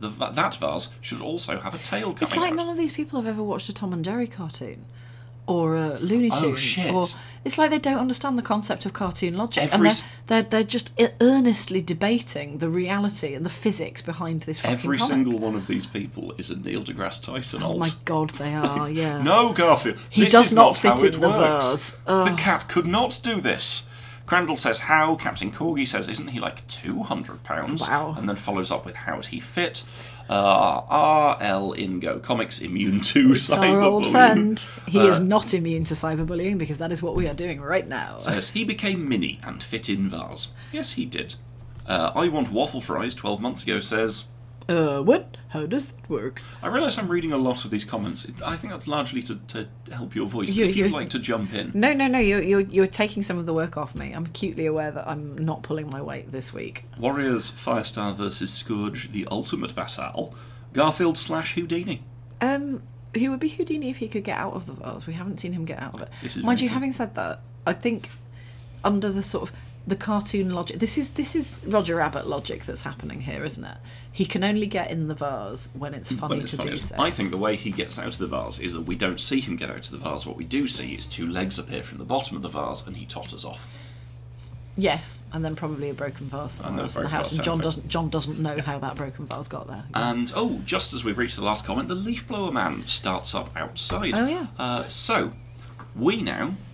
S2: The, va- that vase should also have a tail coming
S1: It's like
S2: out.
S1: none of these people have ever watched a Tom and Jerry cartoon. Or a Looney
S2: Oh,
S1: Tunes,
S2: shit.
S1: or it's like they don't understand the concept of cartoon logic, and
S2: Every
S1: they're,
S2: s-
S1: they're they're just e-, earnestly debating the reality and the physics behind this fucking
S2: Every
S1: comic.
S2: single one of these people is a Neil deGrasse Tyson
S1: Oh
S2: alt.
S1: my god, they
S2: <laughs>
S1: are, yeah.
S2: No, Garfield.
S1: He
S2: this
S1: does
S2: is
S1: not
S2: not,
S1: fit
S2: how it
S1: in the Ah.
S2: works.
S1: vase. Ugh.
S2: The cat could not do this. Crandall says how. Captain Corgi says, "Isn't he like two hundred pounds?"
S1: Wow.
S2: And then follows up with how'd he fit? Uh, R L Ingo Comics immune to <laughs>
S1: It's our old
S2: cyberbullying. Uh,
S1: friend. He is not immune to cyberbullying because that is what we are doing right now.
S2: Says he became mini and fit in vase. Yes, he did. Uh, I want waffle fries. Twelve months ago says.
S1: Uh, what? How does that work?
S2: I realise I'm reading a lot of these comments. It- I think that's largely to, to help your voice. but
S1: You-
S2: if you'd
S1: you-
S2: like to jump in,
S1: No, no, no. You're, you're you're taking some of the work off me. I'm acutely aware that I'm not pulling my weight this week.
S2: Warriors Firestar versus Scourge, the ultimate battle. Garfield slash Houdini.
S1: Um, he would be Houdini if he could get out of the vase. We haven't seen him get out of it.
S2: This is
S1: Mind you,
S2: amazing.
S1: having said that, I think under the sort of the cartoon logic, this is this is Roger Rabbit logic that's happening here, isn't it? He can only get in the vase when it's funny
S2: Well, it's
S1: to
S2: funny,
S1: do
S2: isn't
S1: so.
S2: it? I think the way he gets out of the vase is that we don't see him get out of the vase. What we do see is two legs appear from the bottom of the vase and he totters off.
S1: Yes, and then probably a broken vase
S2: And
S1: somewhere
S2: then a
S1: else in the
S2: broken
S1: house,
S2: vase
S1: and John doesn't John
S2: sound effect.
S1: doesn't know how that broken vase got there.
S2: And oh, just as we've reached the last comment, the leaf blower man starts up outside.
S1: Oh, yeah.
S2: Uh, so we now. <laughs>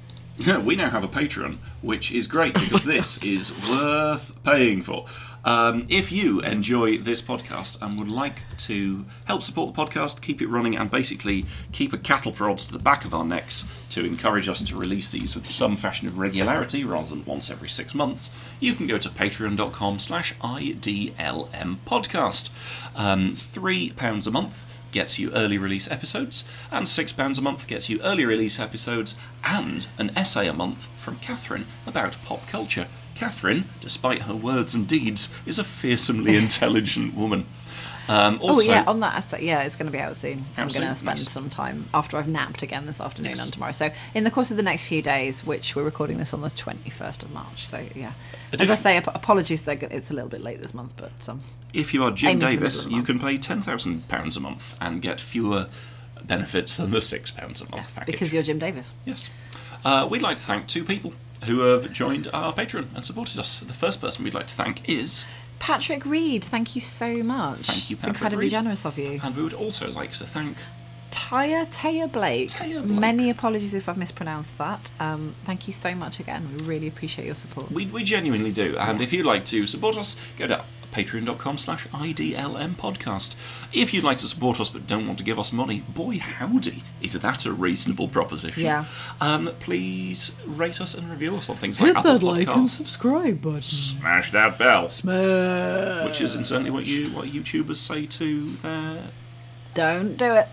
S1: Oh,
S2: we now have a Patreon, which is great because this is worth paying for. Um, if you enjoy this podcast and would like to help support the podcast, keep it running, and basically keep a cattle prod to the back of our necks to encourage us to release these with some fashion of regularity rather than once every six months, you can go to patreon.com slash idlmpodcast. Um, three pounds a month gets you early release episodes, and £6 a month gets you early release episodes and an essay a month from Catherine about pop culture. Catherine, despite her words and deeds, is
S1: <laughs>
S2: a fearsomely intelligent woman. Um,
S1: Oh
S2: also,
S1: yeah, on that essay, yeah, it's going to be out soon. I'm
S2: Out soon,
S1: going to spend
S2: nice.
S1: some time after I've napped again this afternoon
S2: Yes.
S1: and tomorrow. So in the course of the next few days, which we're recording this on the 21st of March. So yeah,
S2: A
S1: as I
S2: different-
S1: say, ap- apologies, they're go- it's a little bit late this month, but um,
S2: if you are Jim
S1: Aiming for the middle
S2: Davis,
S1: of the
S2: you
S1: month.
S2: can pay £10,000 a month and get fewer benefits than the £6 a month
S1: yes,
S2: package.
S1: because you're Jim Davis.
S2: Yes. Uh, we'd like to thank two people who have joined our Patreon and supported us. The first person we'd like to thank is,
S1: Patrick Reed, thank you so much.
S2: Thank you,
S1: It's
S2: Patrick
S1: incredibly
S2: Reed.
S1: generous of you.
S2: and we would also like to thank
S1: Taya Taya Blake.
S2: Taya Blake.
S1: Many apologies if I've mispronounced that. Um, thank you so much again. We really appreciate your support.
S2: We, we genuinely do. And if you'd like to support us, go to patreon.com slash IDLM podcast. If you'd like to support us but don't want to give us money, boy howdy, is that a reasonable proposition.
S1: Yeah.
S2: Um, please rate us and review us on things like
S3: Hit
S2: Apple
S3: that like and
S2: Podcasts.
S3: subscribe button.
S2: Smash that bell.
S3: Smash.
S2: Which isn't certainly what you what YouTubers say to their
S1: Don't do it.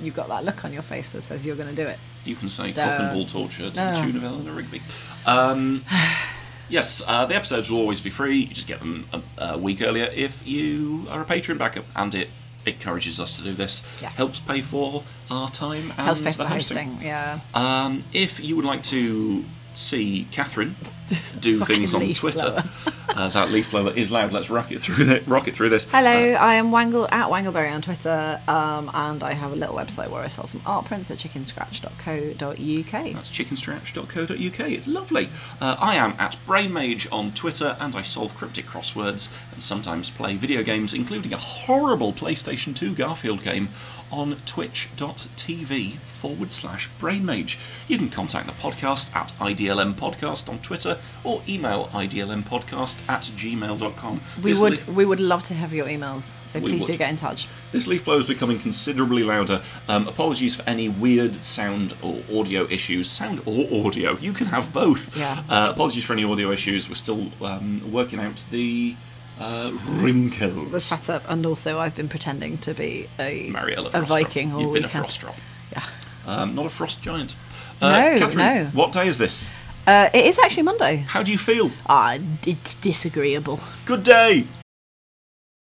S1: You've got that look on your face that says you're going to do it.
S2: you can say cock and
S1: Duh.
S2: ball torture to the
S1: No.
S2: tune of Eleanor Rigby. Um, <sighs> yes, uh, the episodes will always be free. You just get them a, a week earlier if you are a Patreon backup, and it encourages us to do this.
S1: Yeah.
S2: Helps pay for our time and
S1: Helps pay for
S2: the hosting.
S1: Yeah.
S2: Um, if you would like to see
S1: <laughs>
S2: Catherine do
S1: Fucking
S2: things on
S1: leaf
S2: Twitter,
S1: blower.
S2: uh, that leaf blower is loud. Let's rock it through this. Rock it through this. Uh,
S1: Hello, I am Wangle at Wangleberry on Twitter, um, and I have a little website where I sell some art prints at chickenscratch.co.uk.
S2: That's chickenstretch.co.uk. It's lovely. Uh, I am at BrainMage on Twitter, and I solve cryptic crosswords and sometimes play video games, including a horrible PlayStation 2 Garfield game, on twitch.tv forward slash BrainMage. You can contact the podcast at IDLM Podcast on Twitter or email idlmpodcast at gmail.com.
S1: We
S2: This
S1: would
S2: li-
S1: we would love to have your emails, so
S2: We
S1: please
S2: would.
S1: do get in touch.
S2: this leaf blower is becoming considerably louder. Um, apologies for any weird sound or audio issues. Sound or audio, you can have both.
S1: Yeah.
S2: Uh, apologies for any audio issues. We're still um, working out the uh, wrinkles.
S1: The setup, and also I've been pretending to be a
S2: Mariella
S1: a
S2: Frostrop.
S1: Viking all
S2: You've been
S1: weekend.
S2: a frost drop.
S1: Yeah.
S2: Um, not a frost giant. Uh,
S1: No,
S2: Catherine,
S1: no.
S2: What day is this?
S1: Uh, it is actually Monday.
S2: How do you feel?
S1: Ah, it's disagreeable.
S2: Good day.